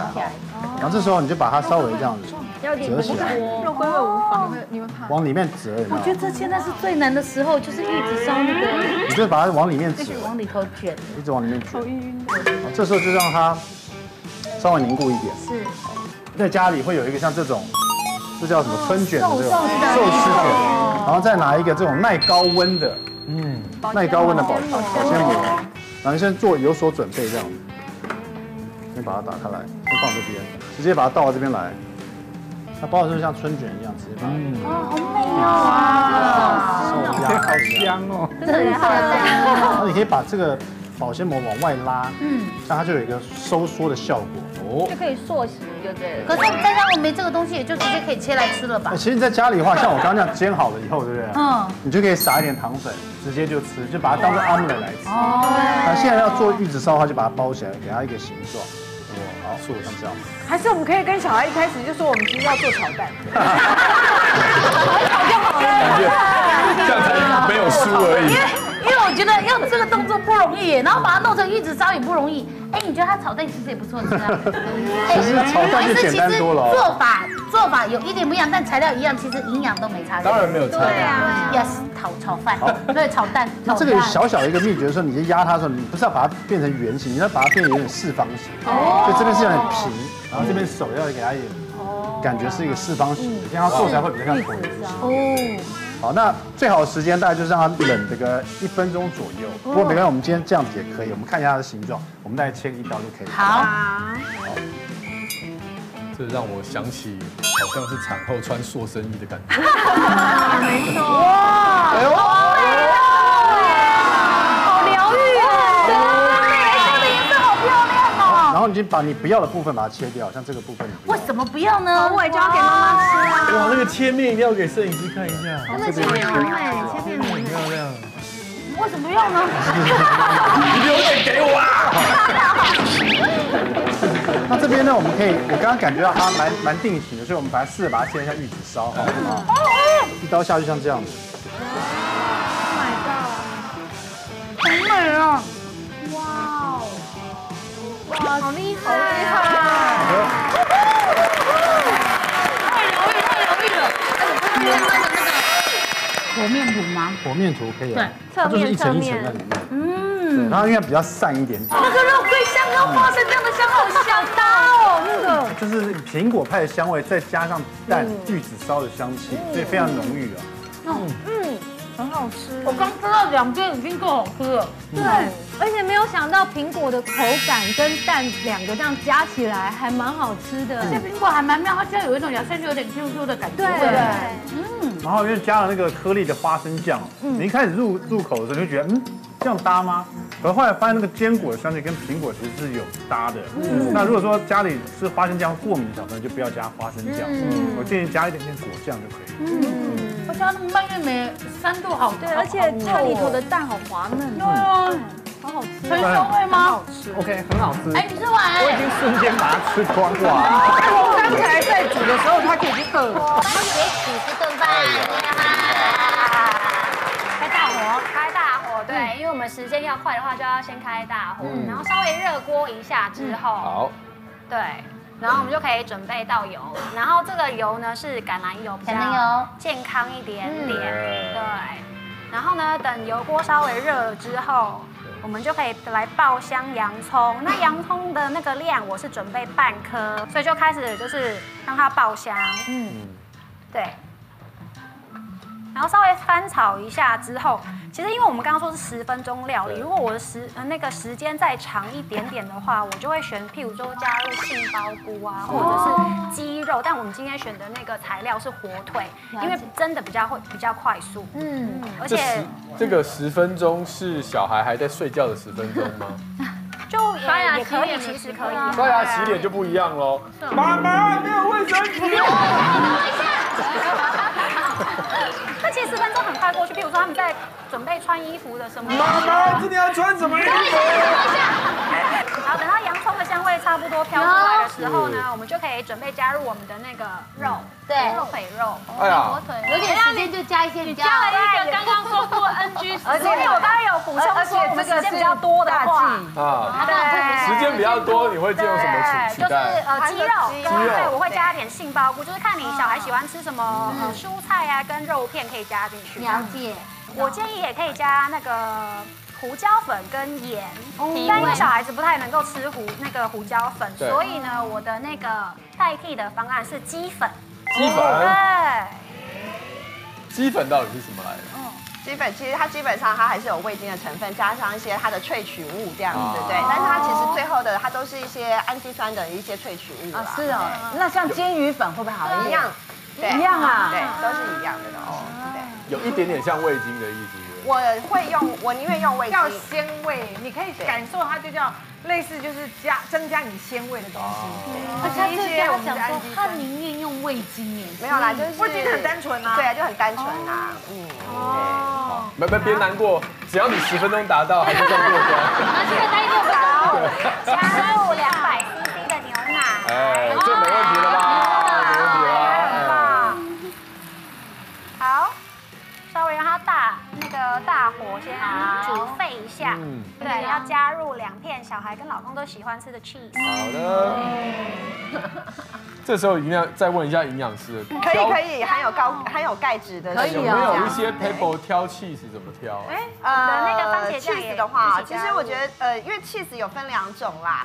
然后这时候你就把它稍微这样子
有
点折起来
肉桂味无妨，你们怕？
往里面折，有没
我
有
觉得现在是最难的时候， 就是玉子烧那个，
你就把它往里面
一
折
直，往里头卷，
一直往里面卷。
头晕晕的。
好这时候就让它稍微凝固一点。
是，
在家里会有一个像这种，这叫什么春卷的这种
寿司的
啊寿司卷，然后再拿一个这种耐高温的，嗯，耐高温的保保鲜膜，然后先做有所准备这样，先把它打开来，先放这边，直接把它倒到这边来。它包的就是像春卷一样，直接把它。
好美哦！
好香哦，
真的很好
然后
吃。
你可以把这个保鲜膜往外拉，
嗯，
这样它就有一个收缩的效果。哦
就，可以塑形，就对了。
可是再让我没这个东西，也就直接可以切来吃了吧
哎？其实你在家里的话，像我刚刚这样煎好了以后，对不对？
嗯。
你就可以撒一点糖粉，直接就吃，就把它当做 omelet 来吃。那
哦，
现在要做玉子烧的话，就把它包起来，给它一个形状。哇，好，做像这样。
还是我们可以跟小孩一开始就说我们今天要做炒蛋，
这样才没有输而 已。
因为我觉得要这个动作不容易耶，然后把它弄成玉子烧也不容易。哎，你觉得它炒蛋其实也不错吃 啊？哎
其实炒蛋就简单多了哦
还是其实做法做法有一点不一样，但材料一样，其实营养都没差。
当然没有差
对啊，yes，炒炒饭，对，炒蛋。
那
炒
这个有
蛋
小小的一个秘诀，说你就压它的时候，你不是要把它变成圆形，你要把它变得有点四方形。
哦
所以这边是有点平，然后这边手要给它一点，感觉是一个四方形的，这样它做起来会比较像椭圆形。
哦，
好，那最好的时间大概就是让它冷这个一分钟左右。不过没关系，我们今天这样子也可以。我们看一下它的形状，我们大概切个一刀就可以了。
好，
这让我想起好像是产后穿塑身衣的感觉。
哎
没错，哇，好疗愈
啊哎
然后你就把你不要的部分把它切掉，像这个部分你不要。
为什么不要呢？我也就要给妈妈吃啊。
哇，那个切面一定要给哎摄影师看一下，
真的切面很
哦
美，切面很美。
漂亮。
为什么不要呢？
你留位给我
那这边呢，我们可以，我刚刚感觉到它蛮蛮定型的，所以我们把它试着把它切成像玉子烧，好不好？一刀下去像这样子，
好美哦！哇哦，哇，好厉害，好厉害！
火面谱吗？
火面图可以啊，
对
啊它就是一层一层在里面。
嗯，
对，它应该比较散一点
哦
点。
那个肉桂香跟花生酱的香好小搭哦，那个。
就是苹果派的香味，再加上蛋玉子烧的香气，所以非常浓郁啊。
嗯，很好吃。我刚吃到两边已经够好吃了。
对，而且没有想到苹果的口感跟蛋两个这样加起来还蛮好吃的，
而且苹果还蛮妙，它现在有一种咬下去有点 Q Q 的感觉。嗯
对
不
然后因为加了那个颗粒的花生酱，你一开始入入口的时候你就觉得，嗯，这样搭吗？可是后来发现那个坚果的香气跟苹果其实是有搭的。嗯那如果说家里吃花生酱过敏的小朋友，就不要加花生酱。
嗯
我建议加一点点果酱就可以。
嗯，我加那个蔓越莓三度好，对，而且
它里头
的
蛋好滑嫩。
对啊，
好好吃
很香味吗？
OK，很好吃。
哎，你吃完？
我已经瞬间把它吃光了。
我刚才在煮的时候，它可以去饿。
开大火，开大火，对，因为我们时间要快的话，就要先开大火，
嗯
然后稍微热锅一下之后，
好，
对，然后我们就可以准备倒油，然后这个油呢是橄榄油，
橄榄油
健康一点点，
嗯
对。然后呢，等油锅稍微热了之后，我们就可以来爆香洋葱。那洋葱的那个量我是准备半颗，所以就开始就是让它爆香，嗯，对。然后稍微翻炒一下之后，其实因为我们刚刚说是十分钟料理，
对
如果我的时呃那个时间再长一点点的话，我就会选，譬如说加入杏鲍菇啊，或者是鸡肉，但我们今天选的那个材料是火腿，
了解
因为真的比较会比较快速，嗯，而
这
且
十这个十分钟是小孩还在睡觉的十分钟吗？
就呃
刷牙
也也
洗
可以，
脸的
其
时
实
候
可以，
刷牙洗脸就不一样喽。妈妈没有卫生纸。
那其实十分钟很快过去，譬如说他们在准备穿衣服的什么，
妈妈，今天要穿什么衣服？
好，等到洋葱的香味差不多飘出来的时候呢，我们就可以准备加入我们的那个肉，
对
肉腿肉，
哎呀
火腿肉，
有点时间就加一些比
你
较。
加了一个刚刚说过 NG，所 以我刚刚有补充说我们时间比较多的话，
啊，
对，
时间比较多，你会借用什么
对，
取取
就是
代？
呃鸡肉，
鸡
跟
肉嗯
对，我会加一点杏鲍菇，就是看你小孩喜欢吃什么呃蔬菜啊，跟肉片可以加进去。
了解。
我建议也可以加那个胡椒粉跟盐，
提
但因为
味
小孩子不太能够吃胡那个胡椒粉，
对
所以呢，我的那个代替的方案是鸡粉。
鸡粉
对，
鸡粉到底是什么来的？
基本其实它基本上它还是有味精的成分，加上一些它的萃取物这样子
哦，
啊
对。但是它其实最后的它都是一些氨基酸的一些萃取物
啊
啦，
是哦，那像煎鱼粉会不会好一
一
点
样，对，
一样啊
对，都是一样的哦。对，
有一点点像味精的意思。对不对
我会用，我宁愿用味精，
要鲜味，你可以感受它，就叫类似就是加增加你鲜味的东西。
哦
而且
一
这
些
家
我们的
讲
氨
说
基，
他
酸。
宁愿用味精耶。
没有啦，就是
味精很单纯啊
对，就很单纯啊，嗯。
没没别难过，只要你十分钟达到，还是这样 过关。
那这个单就好，加入两百 CC 的牛奶。
哎，这没问题了吧？没问题
哎
了。
好，稍微让它大那个大火先煮沸一下。
嗯
对，要加入两片小孩跟老公都喜欢吃的 cheese。嗯
好的。这时候一定要再问一下营养师，
可以
挑
可以，含有高含有钙质的，
啊
有没有一些 paper 挑气是怎么挑啊？
哎
呃，
啊那个番茄酱也
cheese 的话，
一起
其
加入嗯
实我觉得呃，因为 cheese 有分两种啦，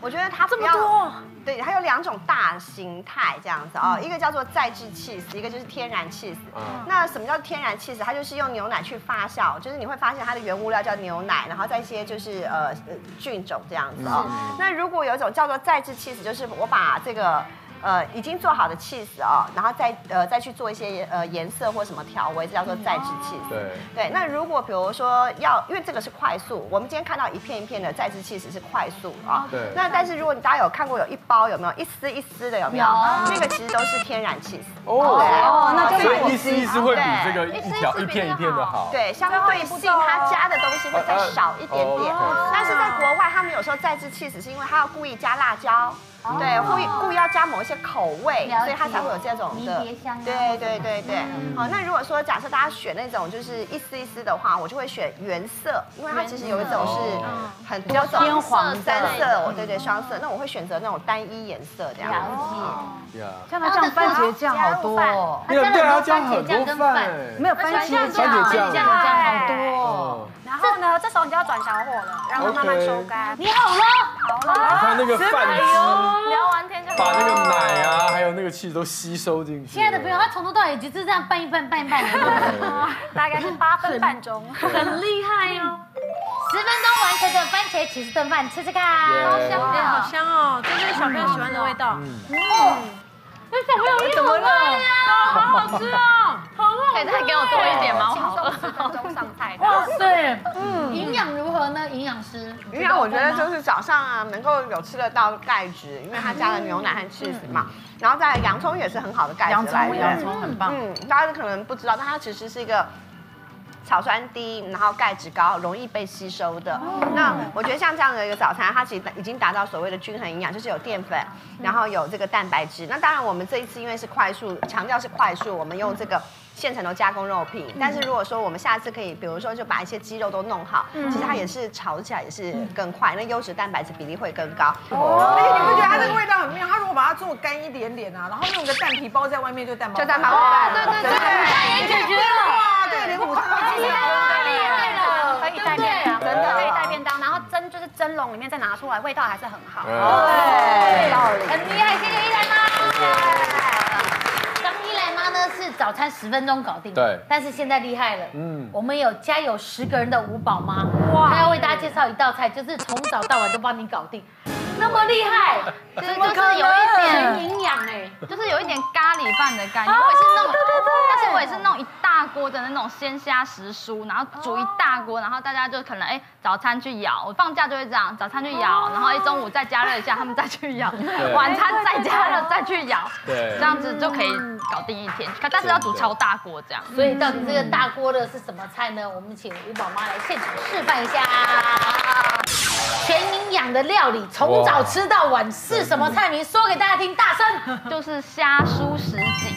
我觉得它这
么多，
对，它有两种大形态这样子哦，
嗯
一个叫做再制 cheese，一个就是天然 cheese。
啊，
那什么叫天然 cheese？它就是用牛奶去发酵，就是你会发现它的原物料叫牛奶，然后再一些就是呃呃菌种这样子哦。
嗯
那如果有一种叫做再制 cheese，就是我把这个。呃，已经做好的 cheese 哦，然后再呃再去做一些呃颜色或什么调味，这叫做再制 cheese。
对，
对，那如果比如说要，因为这个是快速，我们今天看到一片一片的再制器，其实是快速啊。
对
那但是如果你大家有看过有一包有没有一丝一丝的有没有？那个其实都是天然气。
哦，
那就
所
买
以一丝一丝会比这个
啊对
一条一片一片的好。呃
对，相对性它加的东西会再少一点点
哦哦，
但是在国外他们有时候再制气只是因为他要故意加辣椒。
嗯
对，故意故意要加某一些口味
了，解
所以它才会有这种的
迷迭香啊。
对对对对。
嗯
好，那如果说假设大家选那种就是一丝一丝的话，我就会选原色，因为它其实有一种
哦
是很多种
偏黄的
三色，我对对双色，那我会选择那种单一颜色这样子。
呀，
像它这样番茄酱好多哦，
对啊，它加很多饭，
没有番茄
番茄
酱，
酱
好多哦。
然后呢，这时候你就要
要转小火了，让它慢慢收干。
你好了，
好了。
你看那个饭汁，
聊完天就好
把
了
那个奶啊，还有那个气都吸收进去。
亲爱的朋友，他从头到尾就是这样拌一拌，拌一拌，
大概是八分半钟，
很厉害哦。
十分钟完成的番茄起司炖饭，吃吃看，好香
哎，好香哦，这是小朋友喜欢的味道。
那小朋友怎么了呀？好好吃哦，好好
可以再给我多一点吗？我好饿。
上菜。
哇塞，嗯，营养如何呢？营养师，
因为我觉得就是早上啊，
嗯
能够有吃得到钙质，因为它加了牛奶和 cheese 嘛，然后再来洋葱也是很好的钙质来源，
嗯洋葱洋葱很棒
嗯，大家可能不知道，但它其实是一个。草酸低，然后钙质高，容易被吸收的。
哦
那我觉得像这样的一个早餐，它其实已经达到所谓的均衡营养，就是有淀粉，
嗯
然后有这个蛋白质。那当然，我们这一次因为是快速，强调是快速，我们用这个现成的加工肉品。但是
嗯
如果说我们下次可以，比如说就把一些鸡肉都弄好，
嗯
其实它也是炒起来也是更快，那优质蛋白质比例会更高。
哦
哦，
而且你不觉得它这个味道很妙？它如果把它做干一点点啊，然后用个蛋皮包在
嗯
外面，就蛋包
就蛋包饭
对对对，
对
对
也解决了
哇，对，连午餐都吃
了可
可以
以
带
带
便
便当，
当真的
可以带便当，然后蒸就是蒸笼里面再拿出来，味道还是很
哎
嗯哦
好。
对
道
理
很厉害，谢谢依兰妈。
刚一来妈呢是早餐十分钟搞定，
对
但是现在厉害了，
嗯
嗯，我们有家有十个人的五宝妈，哇，她要为大家介绍一道菜，就是从早到晚都帮你搞定，那么厉 害，
所
以
以
就
就是是
有
有
一
一
点
点
营养哎，
就是有一点咖喱饭的概念，
哦
我也是那种，
对对对
但是我也是那种一大锅的那种鲜虾时蔬，然后煮一大锅，然后大家就可能哎早餐去舀，我放假就会这样，早餐去舀，然后哎中午再加热一下，他们再去 舀
对，
晚餐再加热再去舀，
对
这样子就可以搞定一天，但是要
嗯
煮超大锅这样。
所以到底这个大锅的是什么菜呢？我们请五宝妈来现场示范一下，全营养的料理，从早吃到晚是什么菜名？说给大家听，大声，
就是虾酥什锦。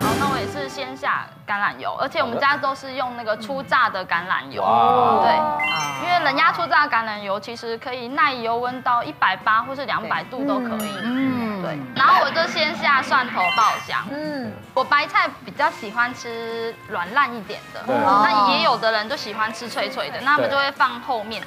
好，那我也是先下橄榄油，而且我们家都是用那个初榨的橄榄油。
哇啊
对，因为人家初榨橄榄油其实可以耐油温到一百八或是两百度都可以。嗯，对。然后我就先下蒜头爆香。嗯，我白菜比较喜欢吃软烂一点的，
对
哦
那也有的人就喜欢吃脆脆的，那他们
对
就会放后面。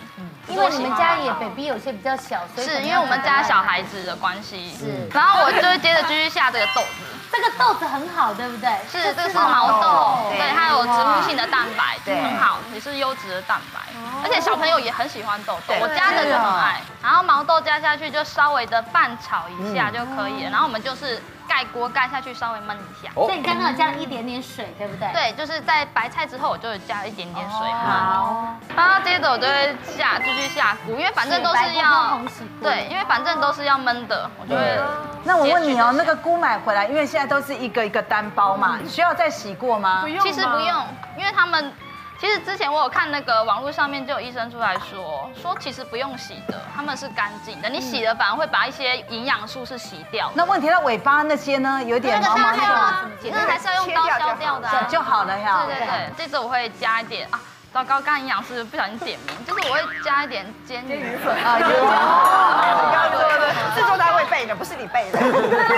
因为你们家也 baby 有些比较小，所以可
是
能
因为
要
我们家小孩子的关系，是然后我就会接着继续下这个豆子。
这个豆子很好，对不对？
是，这个是毛豆，对，它有植物性的蛋白，
对哦
很好，也是优质的蛋白，而且小朋友也很喜欢豆豆，
对
我家的
是
就
哦
很爱。然后毛豆加下去就稍微的拌炒一下
嗯
就可以了，然后我们就是盖锅盖下去稍微焖一下。
所以你刚刚有哦加了一点点水，对不对？
对，就是在白菜之后，我就有加一点点水
哦
嘛。然后接着我就会下，继续下锅，因为反正都
是白
是
锅跟
要
红石锅
对，因为反正都是要焖的，我就会
那我问你哦，那个菇买回来，因为现在都是一个一个单包嘛，需要再洗过吗？
其嗯实不用，因为他们其实之前我有看那个网络上面就有医生出来说，说其实不用洗的，他们是干净的，你洗了反而会把一些营养素是洗掉的。
那问题，那尾巴那些呢？有一点
那
毛
个
毛
还有
那
啊
个，，
那还是要用刀削掉的啊
就好了呀。
对对对，这次我会加一点啊。糟糕，刚刚营养师不小心点名，就是我会加一点煎鱼粉
啊，有啊，对对对，制作单位备的，不是你备的。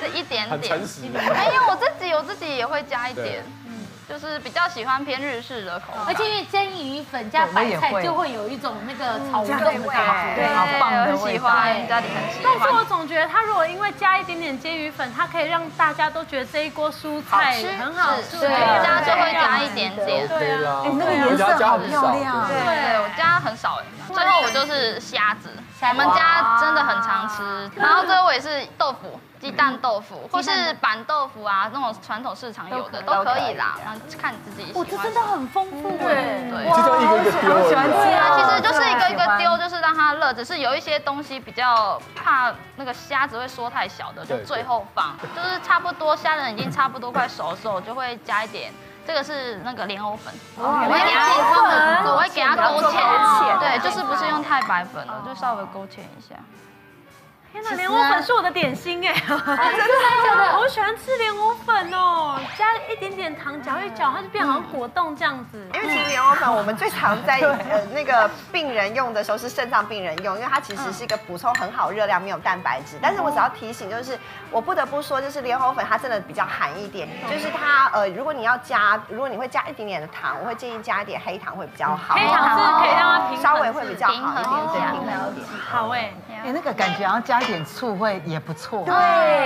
是一点
很
点，
诚实
哎，因为我自己我自己也会加一
对
点，嗯，就是比较喜欢偏日式的口感，
而且因为煎鱼粉加白
我也
菜
会
就会有一种那个草根的感觉，
对好棒的味道我很喜欢
家
里很喜
但是我总觉得它如果因为加一点点煎鱼粉，它可以让大家都觉得这一锅蔬菜
好吃
很好
是
吃，
对啊
对
加就会加一点点
对啊，
啊
哎那个颜色好漂亮啊
对，我家很少哎。最后我就是虾子，我们家真的 很常吃。然后最后我也是豆腐，嗯鸡蛋豆腐，或是板豆腐啊，那种传统市场有的都可以啦。然后看自己喜
哦
欢。
我这真的很丰富哎，
对，
就这样一个一个丢而已好喜欢
对
吃
啊，其
哦
实就是一个一
对
个
啊
丢，就是让它热。只是有一些东西比较怕那个虾子会缩太小的，就
对
最后放，就是差不多虾仁已经差不多快熟的时候，我就会加一点。这个是那个莲藕粉，我
哦
会给它
莲藕粉
我会给它勾
勾芡
芡，对，就是不是用太白粉了，就稍微勾芡一下。天哪，莲藕粉是我的点心 哎！真
假的
我喜欢吃莲藕粉哦，加一点点糖搅一搅，它就变好像果冻这样子。
因
嗯
为其实莲藕粉我们最常在呃那个病人用的时候是肾脏病人用，因为它其实是一个补充很好热量没有蛋白质。但是我只要提醒，就是我不得不说，就是莲藕粉它真的比较寒一点，就是它呃如果你要加，如果你会加一点点的糖，我会建议加一点黑糖会比较好。
黑糖是可以让它平衡
稍微会比较好一
平衡
点，对，
一下
平衡一点。
好哎，
哎，那个感觉好像加一点醋会也不错。
对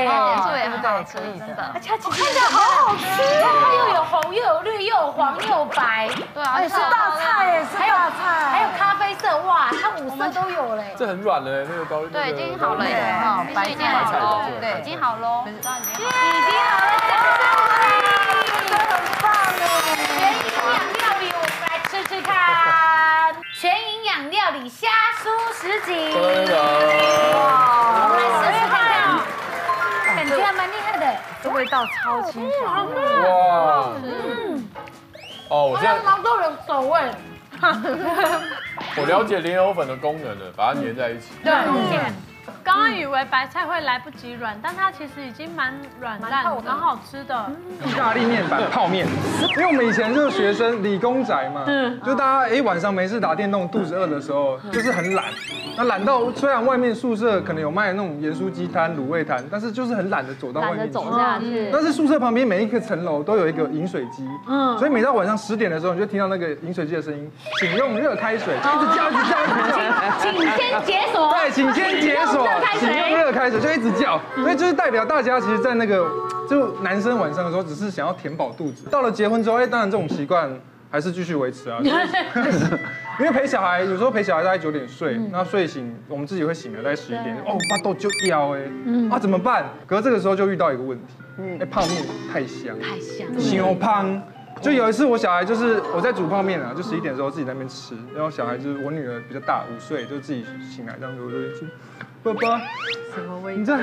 哦
醋也
对
很
不
好
对？
吃
可以
真的
的。
而且它其
看起来好好吃，它又有红又有绿又有黄又有白，对
啊
也是大菜耶，
啊
是大菜，还有咖啡色，哇，它五色都有嘞。
这很软了，那个高
对，已经好了，已经好，必须已经好喽，已经好喽，知道已经
全营养料理，我们来吃吃看。全营养料理虾酥十集，哇，我们来试试看看，感觉还蛮厉害的，这味道超清爽，
啊
哇
嗯，
哦，我
好
现在
像毛豆人口 味。
我了解莲藕粉的功能了，把它粘在一起。
对，刚刚以为白菜会来不及软，但它其实已经蛮软烂，蛮好吃的。
意大利面版泡面，因为我们以前就是学生理工宅嘛，
嗯
就大家哎晚上没事打电动，肚子饿的时候
嗯
就是很懒，那懒到虽然外面宿舍可能有卖那种盐酥鸡摊、卤味摊，但是就是很懒得走到外面去
懒得走下去
嗯但是宿舍旁边每一个层楼都有一个饮水机，
嗯
嗯，所以每到晚上十点的时候，你就听到那个饮水机的声音，请用热开水，就
哦
一直叫一直叫，一直叫，
请请先解锁
对，请先解锁
用热开，水嗯
请用热开水，就一直叫，所以就是代表大家其实，在那个就男生晚上的时候，只是想要填饱肚子。到了结婚之后，哎，当然这种习惯还是继续维 持啊，就是因为陪小孩，有时候陪小孩大概九点睡，
嗯
那睡醒我们自己会醒了，大概十一点，哦，巴豆就要哎，
嗯
啊怎么办？可是这个时候就遇到一个问题，哎，泡面太香，太香，牛胖。就有一次，我小孩就是我在煮泡面啊，就十一点的时候自己在那边吃，然后小孩就是我女儿比较大，五岁，就自己醒来这样子，我就去爸爸，什么味？你在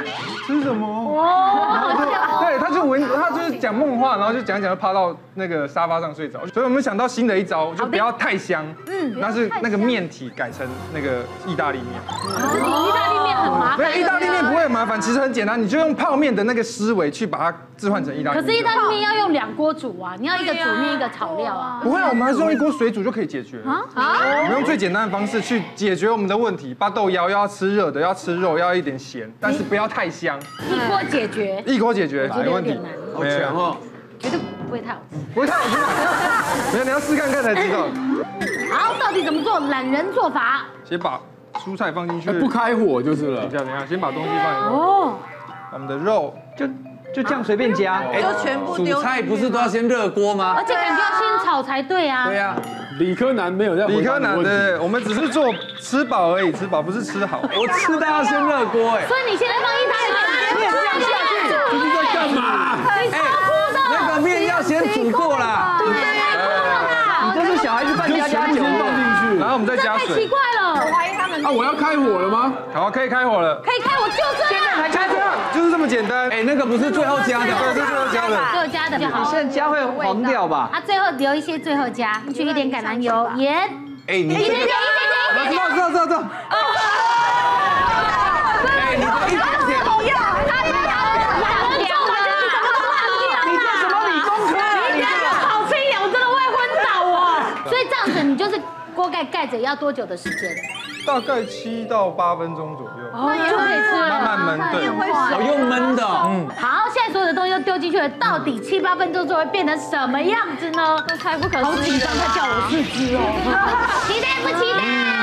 吃什么？
哇
对，他就闻，他就是讲梦话，然后就讲一讲就趴到那个沙发上睡着。所以我们想到新的一招，就不要太香，嗯，但是那个面体改成那个意大利面。
这
哦
比意大利面很麻烦。
对，意大利面不会很麻烦，其实很简单，你就用泡面的那个思维去把它置换成意大利
可
面。
是意大利面要用两锅煮啊，你要一个煮面一个炒料啊。
不会啊，我们还是用一锅水煮就可以解决。
啊
我们
啊！
用最简单的方式去解决我们的问题。八豆腰要吃热的，要吃肉，要一点咸，但是不要太香。
一锅解决，
一锅解决，没问题。
好强
哦！
绝对不会太好吃。
不会太好吃，哎没有你要试看看才知道。
好，到底怎么做？懒人做法。
先把蔬菜放进去，
不开火就是了。
等一下，等一下，先把东西放进去。
哦，
我们的肉就就这样随便加，
哎煮菜不是都要先热锅
啊
吗？
而且感觉要先炒才对啊。
对呀。
理科男没有在
理
回答
科
你的
男
问题
对，我们只是做吃饱而已，吃饱不是吃好。我吃到要先热锅哎
所以你现在放意大利面，
这是在干嘛？
你超酷的。
那个面要先煮过啦。
对，啊太酷了啦！
你这是小孩子饭加加酒，然后我们再加
太奇
水
怪。了。我怀疑他们
啊，我要开火了吗？好，可以开火了。
可以开，我就这样。
开火，就是这么简单。哎，那个不是最后
加的
对，这是最后加的。
最后加的比较好。
现在加会黄掉吧
啊，最后留一些，最后加，去一点橄榄油、盐。
哎，你
一点点，一点点，
哎
一点点。
知道知道知道。哎，你的一点点。
你这什么理工科？
啊
你这个好吃一点，我真的会昏倒哦。所以这样子，你就是锅盖盖着要多久的时间？
大概七到八分钟左右，
哦就可以吃了
慢慢焖，对，
哦
用焖的，嗯，
好，现在所有的东西都丢进去了，到底七八分钟之后会变成什么样子呢？这太不可思议了！好紧张，他叫我试吃哦，期待不期待？
哎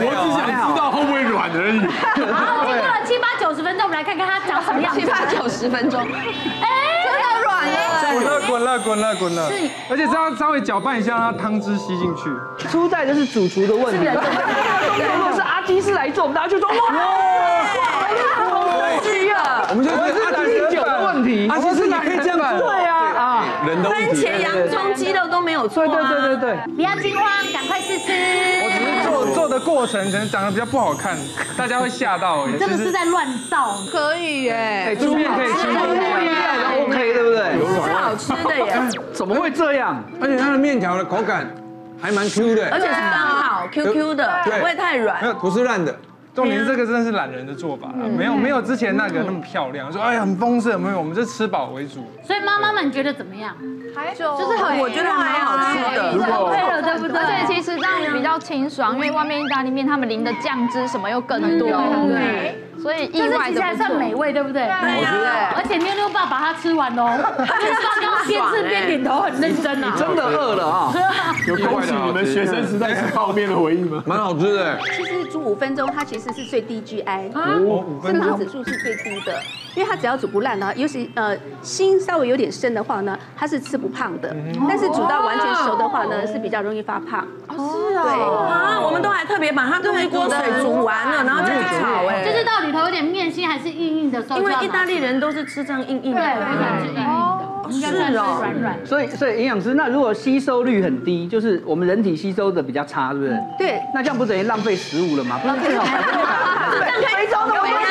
我
啊
只想知道会不会软而已。
好，经过了七八九十分钟，我们来看看它长什么样子。
七八九十分钟，
哎，真的软
啊
滚了滚了滚了滚了，而且这样稍微搅拌一下，让它汤汁吸进去。
出在就是主厨的问
题
如果是阿基师来做，我们大家就说哇，需要，
我们就觉得阿基是酒的问题
阿基师啊也可以这样做，
对
啊啊，
人
哎
的问题
番茄洋葱鸡肉都没有错，
对对对对对，
不要惊慌，赶快试吃。我
只是做做的过程可能长得比较不好看，大家会吓到。欸
你真的是在乱造，
可以耶
哎猪面可以吃吗
的 OK，对不对？哎
是好吃的耶，
怎么会这样？而且它的面条的口感
还蛮 Q 的，
而且是刚好 QQ 的，不会太软。啊
没有，呃不是烂的。重点是这个真的是懒人的做法啦，
嗯
没有没有之前
嗯
那个那么漂亮，说哎呀很丰盛，没有，我们是吃饱为主。
所以妈妈们觉得怎么样？
还
就是很我觉得还好吃的
是 OK 了，对不对？
而且其实这样比较清爽，因为外面意大利面他们淋的酱汁什么又更多，
对，
所以意
但是
外
其
的
实还算美味，对不对？对
啊
而且妞妞爸把它吃完哦，妞妞爸刚刚边吃边点头，很认真啊。
真的饿了啊！
有
恭
恭
喜
喜
你
你
们
们
学
学
生
生
时
时
代
代
吃
吃泡面的回忆吗？
蛮好吃的。
其实煮五分钟，它其实是最低 GI，
哦五分
升
钟
糖指数是最低的，因为它只要煮不烂的话，尤其呃心稍微有点深的话呢，它是吃不胖的，
嗯
但是煮到完全熟的话呢，是比较容易发胖。
是
啊
啊，
我
我
们
们
都
都
还
还
特
特
别
别
把
把
它
它
用
用
一
一
锅
锅
水
水
煮完
煮完
了
了，
然
然
后
后
再
再
去
去
炒
炒，
哎
哎，
就是到底头有点面心，还是硬硬的瘦瘦
因为
的？
意大利人都是吃这样硬硬的，
对我想吃硬硬的
哦
应该算是软软的
所以所以营养师，那如果吸收率很低，就是我们人体吸收的比较差，是不是？
对。
那这样不等于浪费食物了吗？不是最好百 分之
非洲的美男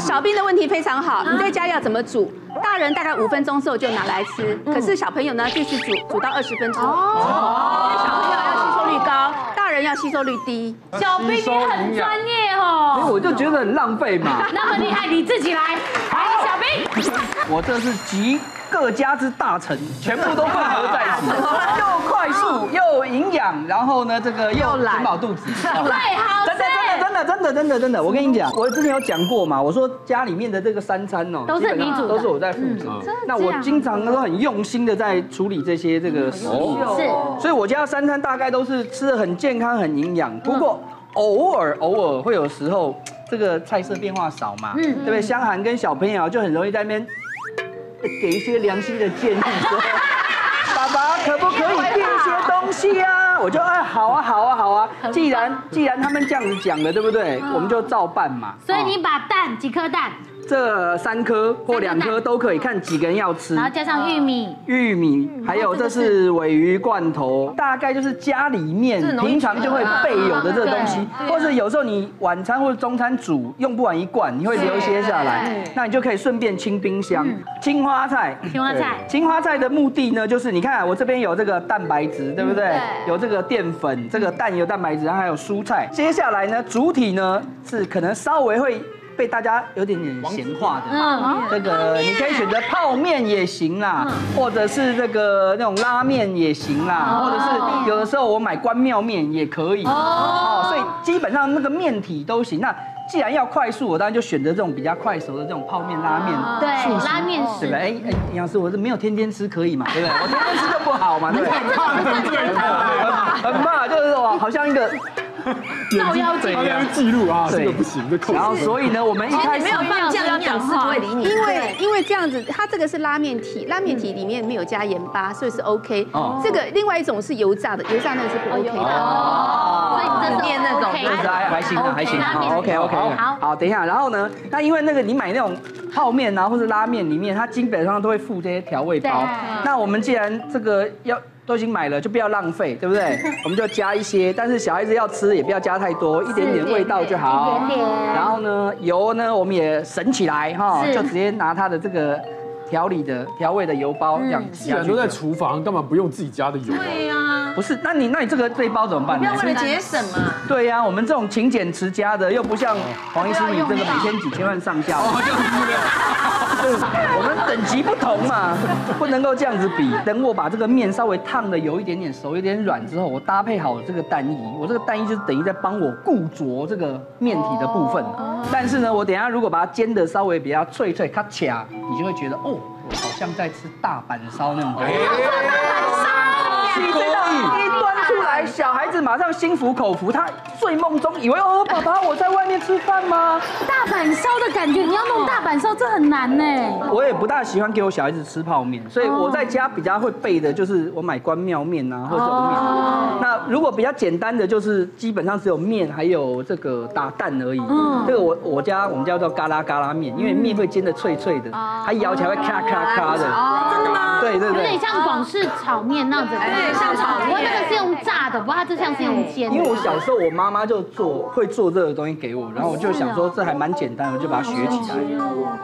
小兵的问题非常好，你在家要怎么煮？大人大概五分钟之后就拿来吃，可是小朋友呢，就是煮煮到二十分钟。哦，因为小朋友要吸收率高，大人要吸收率低。
小兵你很专业哦。
因为我就觉得很浪费嘛。
那么厉害，你自己来。好，小兵。
我这是集各家之大成，全部都混合在一起， 又快速又营养，然后呢，这个又填饱肚子，
太好吃
真的真的真的真的真的真的，我跟你讲，我之前有讲过嘛，我说家里面的这个三餐哦，
都是
基本上
你煮的
都是我在负责
嗯真的。
那我经常都很用心的在处理这些这个食物，
哦嗯
所以我家三餐大概都是吃的很健康、很营养，不过偶尔偶尔会有时候这个菜色变化少嘛，
嗯
嗯，对不对？香涵跟小朋友就很容易在那边给一些良心的建议，说爸爸可不可以变一些东西啊？我就哎好啊好啊好啊，既然既然他们这样子讲了，对不对？
嗯
我们就照办嘛。
所以
哦
你把蛋几颗蛋，
这三颗或两颗都可以，看几个人要吃
然。后加上玉米，
玉米，还有这是尾鱼罐头，大概就是家里面
这容易
平常就会备有的这个东西
煮的啊，
或者有时候你晚餐或者中餐煮用不完一罐，你会留一些下来
对对，
那你就可以顺便清冰箱。青花菜，
青花菜
对青花菜的目的呢，就是你看啊我这边有这个蛋白质，对不对
嗯？
有这个淀粉，这个蛋有蛋白质，然后还有蔬菜。接下来呢，主体呢是可能稍微会。被大家有点点闲话的，
嗯
这个你可以选择泡面也行啦，或者是这个那种拉面也行啦，
哦
或者是有的时候我买关庙面也可以
哦
哦，所以基本上那个面体都行。那既然要快速，我当然就选择这种比较快熟的这种泡面、拉面
哦、
速
对
食
拉面
对
是
吧？哎哎，营养师，我是没有天天吃可以嘛，对不对？我天天吃就不好嘛，对不对？
你看这个不是健康啊
很怕，就是我好像一个。
照妖镜好像是记录啊这个不行这扣分
然后所以呢，我们一开始
没有放酱，营养师不会理你。因为
对
因为这样子，它这个是拉面体，拉面体里面没有加盐巴，所以是 OK
哦。
这个另外一种是油炸的，油炸那个是不 OK 的。
哦
所以这种
面那种
OK
那个还还行啊，还行啊。好，OK OK，
好
好，等一下，然后呢，那因为那个你买那种泡面啊，或是拉面里面，它基本上都会附这些调味
对
包。那我们既然这个要都已经买了，就不要浪费，对不对？我们就加一些，但是小孩子要吃也不要加太多，一点点味道就好。
一点点
然后呢，油呢我们也省起来哈，
是
就直接拿它的这个。调理的调味的油包这样
嗯
子
既
下
然
去
都
就
在厨房，干嘛不用自己家的油？啊
对呀，
不是，那你那你这个这一包怎么办呢？
省嘛，
对呀、我们这种勤俭持家的，又不像黄医师你这个每天几千万上下。哦，我们等级不同嘛，不能够这样子比。等我把这个面稍微烫的有一点点熟、有点软之后，我搭配好这个蛋衣，我这个蛋衣就是等于在帮我固着这个面体的部分。但是呢，我等一下如果把它煎的稍微比较脆脆、咔嚓，你就会觉得哦，我好像在吃大阪烧那种感觉。哎一端出来，小孩子马上心服口服，他睡梦中以为哦，爸爸我在外面吃饭吗？
大阪烧的感觉，你要弄大阪烧这很难呢。
我也不大喜欢给我小孩子吃泡面，所以我在家比较会备的就是我买关庙面啊，或者有面。那如果比较简单的，就是基本上只有面，还有这个打蛋而已。
嗯
这个我我家我们叫做嘎啦嘎啦面，因为面会煎的脆脆的，它咬起来会咔咔咔的。啊真的吗？对对
哦有
对。
点像广式炒面那样子，
哎像炒面
我那个是用炸的，不过它这是像是用煎的，
因为我小时候我妈妈就做会做这个东西给我，然后我就想说这还蛮简单的，我就把它学起来。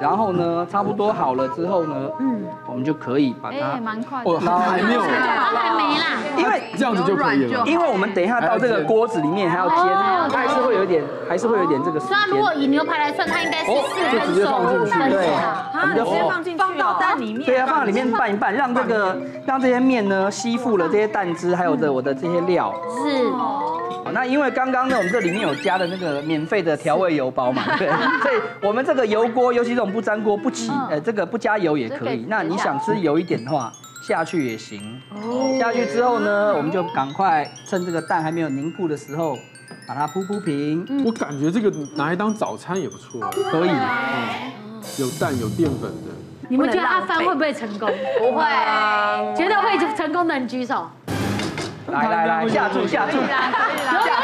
然后呢，差不多好了之后呢，嗯，我们就可以把它
哎，蛮快的。
我好还没有
好还没啦，
因为因为我们等一下到这个锅子里面还要煎，
哦
它还是会有一点，还是会有一点这个时
所以它如果
间。
以牛排来算，它应该是四
就直
分
接
熟
放
五
进去
分熟
对
啊
我们就直接放
进去，放到蛋里面
对啊，放到里面拌一拌，让这个让这些面呢吸附了这些蛋汁，还有的我的这些料。
是。
好哦那因为刚刚呢，我们这里面有加的那个免费的调味油包嘛， 对，所以我们这个油锅，尤其这种不粘锅不起，呃，这个不加油也
这
可
可以
以。那你
加
想吃油一点的话，下去也行。下去之后呢，我们就赶快趁这个蛋还没有凝固的时候，把它铺铺平。
我感觉这个拿来当早餐也不错，
可以
有蛋有淀粉的。
你们觉得阿帆会不会成功？
不会，
觉得会成功的你举手。
来来来，下注下注。
有有两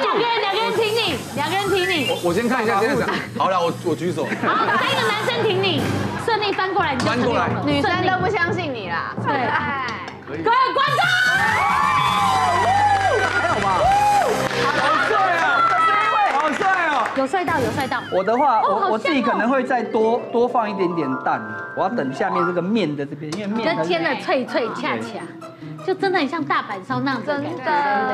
个人，两个人挺你，两个人挺你。
我先看一下现在怎样。好了，我我举手。
好，哪一个男生挺你？顺利翻过来，你就成功了
翻过来
女生都不
顺利
相信你啦。
对
哎
各位观众，还有吗？好帅啊！
好帅哦！
有帅到，有帅到。
我的话，
哦好
我我自己
香哦
可能会再多多放一点点蛋，我要等下面这个面的这边，因为面
就
它是
煎的脆脆恰恰，就真的很像大阪烧那样真的，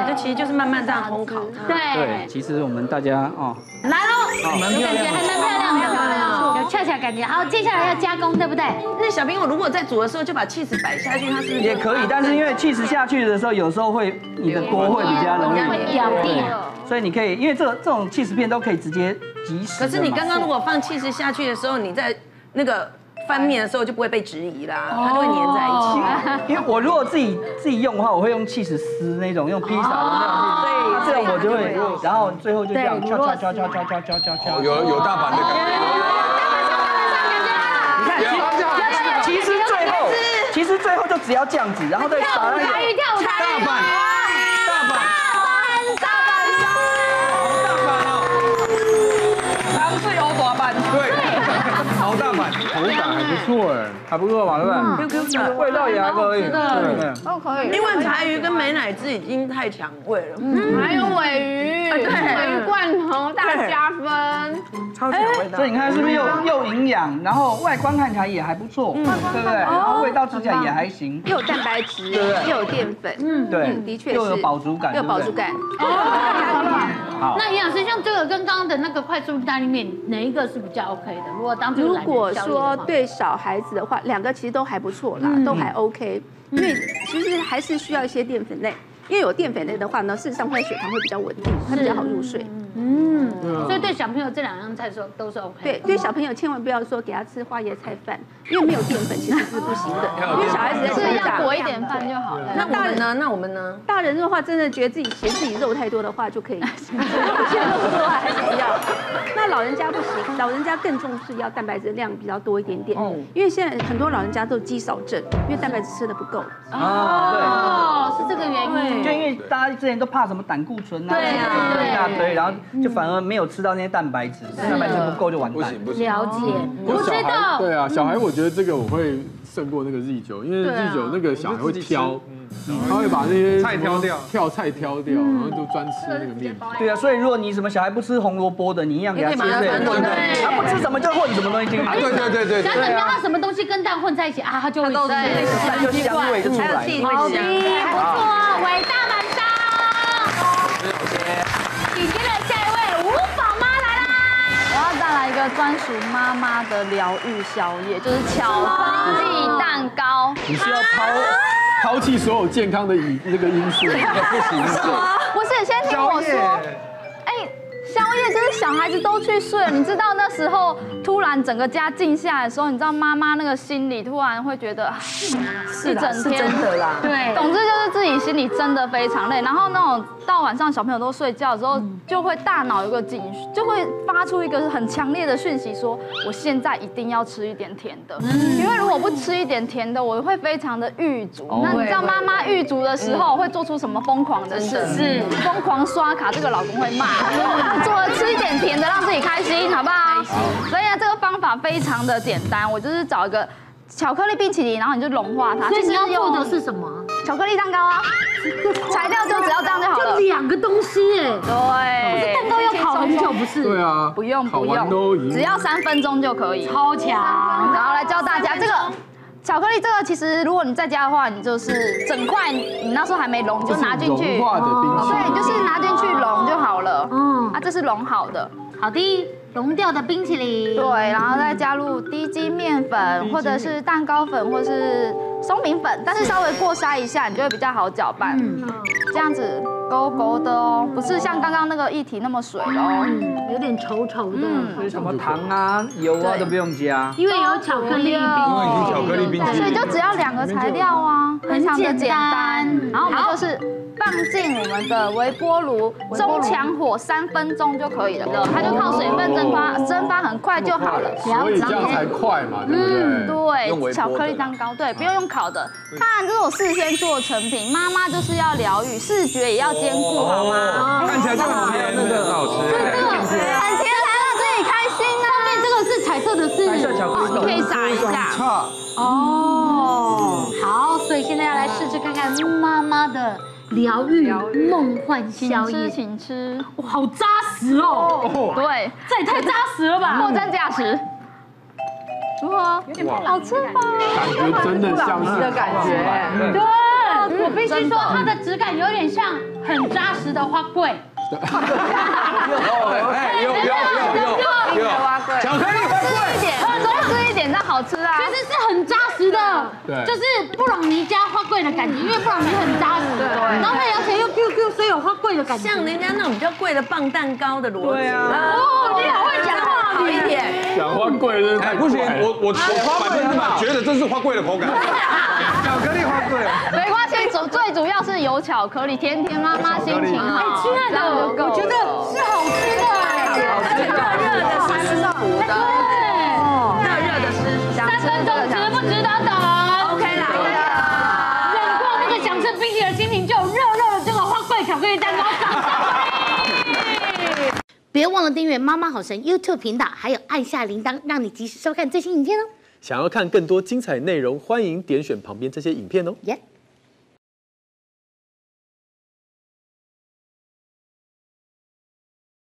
这其实就是慢慢这样烘烤它。
对
对，，其实我们大家哦，
来喽，
蛮
有
漂
感觉
亮
还
的
蛮漂亮
蛮漂亮
的，有恰恰感觉。好，接下来要加工，对不对？
那小兵，我如果在煮的时候就把 cheese 摆下去，它是
也可以，但是因为 cheese 下去的时候，有时候会你的锅会比较容易
会掉地
对所以你可以，因为这这种 cheese 片都可以直接即食。
可是你刚刚如果放 cheese 下去的时候，你在那个翻面的时候就不会被质疑啦，它就会粘在一起。
因为我如果自己自己用的话，我会用 cheese 丝那种，用披萨的
哦
那种，对，这种我就会，然后最后就这样敲敲敲敲敲敲敲敲
哦
敲，
有有大阪的感觉。
你看，其实其实最后其实最后就只要这样子，然后再
哎
撒那
啊
个大阪。他们最欧大版，对，好大版，
口感还不错哎，还不错嘛，对
嗯
不
QQ
对？
的
味道也还可以。
蛮好吃的
对
哦，可
以
因为柴鱼跟美乃滋已经太强味了，
嗯还有尾鱼，
啊对
尾鱼罐头大加分，
超
强
味
所以你看是不是又又营养，然后外观看起来也还不错，对不对？然后味道吃起来也还行，
又有蛋白质
对不对
又有淀粉，
嗯对
的确是
又有饱足感
又有饱足感。
哦
好
那营养师像这个跟刚刚的那个快速意大利面，哪一个是比较 OK 的？如果当初
如果说对小孩子的话，两个其实都还不错啦，
嗯
都还 OK，因为其实还是需要一些淀粉类，因为有淀粉类的话呢，事实上它的血糖会比较稳定，它比较好入睡。
嗯，所以对小朋友这两样菜说都是 OK。
对，对小朋友千万不要说给他吃花椰菜饭，因为没有淀粉其实是不行的，因为小孩子在成长。
裹一点饭就好了。
那大人呢？
那我们呢？
大人的话，真的觉得自己嫌自己肉太多的话，就可以嫌肉多还是不要。那老人家不行，老人家更重视要蛋白质量比较多一点点，因为现在很多老人家都有肌少症，因为蛋白质吃的不够。
啊，
是这个原
就因为大家之前都怕什么胆固醇啊，
对啊
一大堆，然后就反而没有吃到那些蛋白质，蛋白质不够就完蛋。不
不
行
了解，我
不过小
知
孩
道。
对啊，小孩我觉得这个我会胜过那个日酒，因为
对啊
日酒那个小孩会挑，他会把那些
菜挑掉，
跳菜挑掉，然后就专吃那个面。
对啊，所以如果你什么小孩不吃红萝卜的，你一样给他
也
吃
可以把它
这
翻
个，
成
对他不吃什么就混什么东西进去。
啊对对对对
想等到他什么东西跟蛋混在一起啊，他就会吃
对它就香味就出来了还有气味
好的，不错啊，伟大满
紧接着下一位吴宝妈来啦！我要带来一个专属妈妈的疗愈宵夜，就是巧克力蛋糕。
你是要抛抛弃所有健康的以那个因 素，不行
不是，先听我说。哎，宵夜就是小孩子都去睡了，你知道那时候突然整个家静下来的时候，你知道妈妈那个心里突然会觉得，是
啦
整天
是真的啦对
总之就是自己心里真的非常累，然后那种到晚上小朋友都睡觉之后，就会大脑有个警讯，就会发出一个很强烈的讯息，说我现在一定要吃一点甜的，因为如果不吃一点甜的，我会非常的郁卒
哦。
那你知道
会
妈妈
会
郁卒的时候会做出什么疯狂的事？
真的
疯狂刷卡，这个老公会骂。 做了吃一点甜的，让自己开心，好不好？所以呢，啊这个方法非常的简单，我就是找一个。巧克力冰淇淋，然后你就融化它。
所以你要
就是用
做的是什么？
巧克力蛋糕啊，
材料就只要这样就好了。就两个东西哎，
对，
蛋糕要烤很久不是？
对啊，
不用
烤
不
完都已
用，
经
只要三分钟就可以，
超强。
然后来教大家这个。巧克力这个其实，如果你在家的话，你就是整块，你那时候还没融，你就拿进去，哦
融化的冰淇淋
对，你就是拿进去融就好了。嗯，啊，这是融好的，
哦好的，融掉的冰淇淋。嗯
对，然后再加入低筋面粉，或者是蛋糕粉，或是松饼粉，但是稍微过筛一下，你就会比较好搅拌。嗯，这样子勾勾的哦，不是像刚刚那个液体那么水了哦。
嗯有点稠稠的，
嗯
什么糖啊、油啊都不用加。
因为有巧克力冰淇淋，
巧克力冰淇淋
哦所以就只要两个材料啊，非常的
很简
简单。然后我们就是放进我们的微波炉，中强火三分钟就可以了，它就靠水分蒸发，蒸发很快就好了。
所以这样才快嘛，对不对？
嗯对，巧克力蛋糕，对，不用用烤的。当然，这种事先做的成品，妈妈就是要疗愈，视觉也要兼顾，
哦
好吗？
看起来就很甜，那个很好吃。
很甜，来到这里开心啊！
后面这个是彩色的是，
你可以撒一下。
哦，好，所以现在要来试试看看妈妈的疗愈梦幻宵夜，
请吃，
哇，好扎实哦，
对，
这也太扎实了吧，
货哦真价实。如何？有点好吃吧？
感觉真的像是
的感觉
对，我必须说它的质感有点像很扎实的花桂，
哎，有有有有有，巧克力花
一点，多吃一点，那好吃啊。
其实是很扎实的，
对
就是布朗尼加花桂的感觉，因为布朗尼很扎实，然后它咬起来又 Q Q，所以有花桂的感觉，
像 人家那种比较贵的棒蛋糕的逻辑。
对啊
哦，你好会讲话，
好一点。
讲花贵真的
哎，不行，我我我百分之百觉得这是花贵的口 感。
巧克力花贵。
没关系，主最主要是有巧克力，甜甜妈妈心情
哎
好。，
亲爱的，我觉得是好吃的哎，热热的，
三分钟的，
对，
热热的吃，
三分钟值不值得等？OK 啦，忍过那个想吃冰淇淋的心情，就有热热的这个花桂巧克力蛋糕掌声。别忘了订阅《妈妈好神》YouTube 频道，还有按下铃铛，让你及时收看最新影片哦。
想要看更多精彩内容，欢迎点选旁边这些影片哦。
耶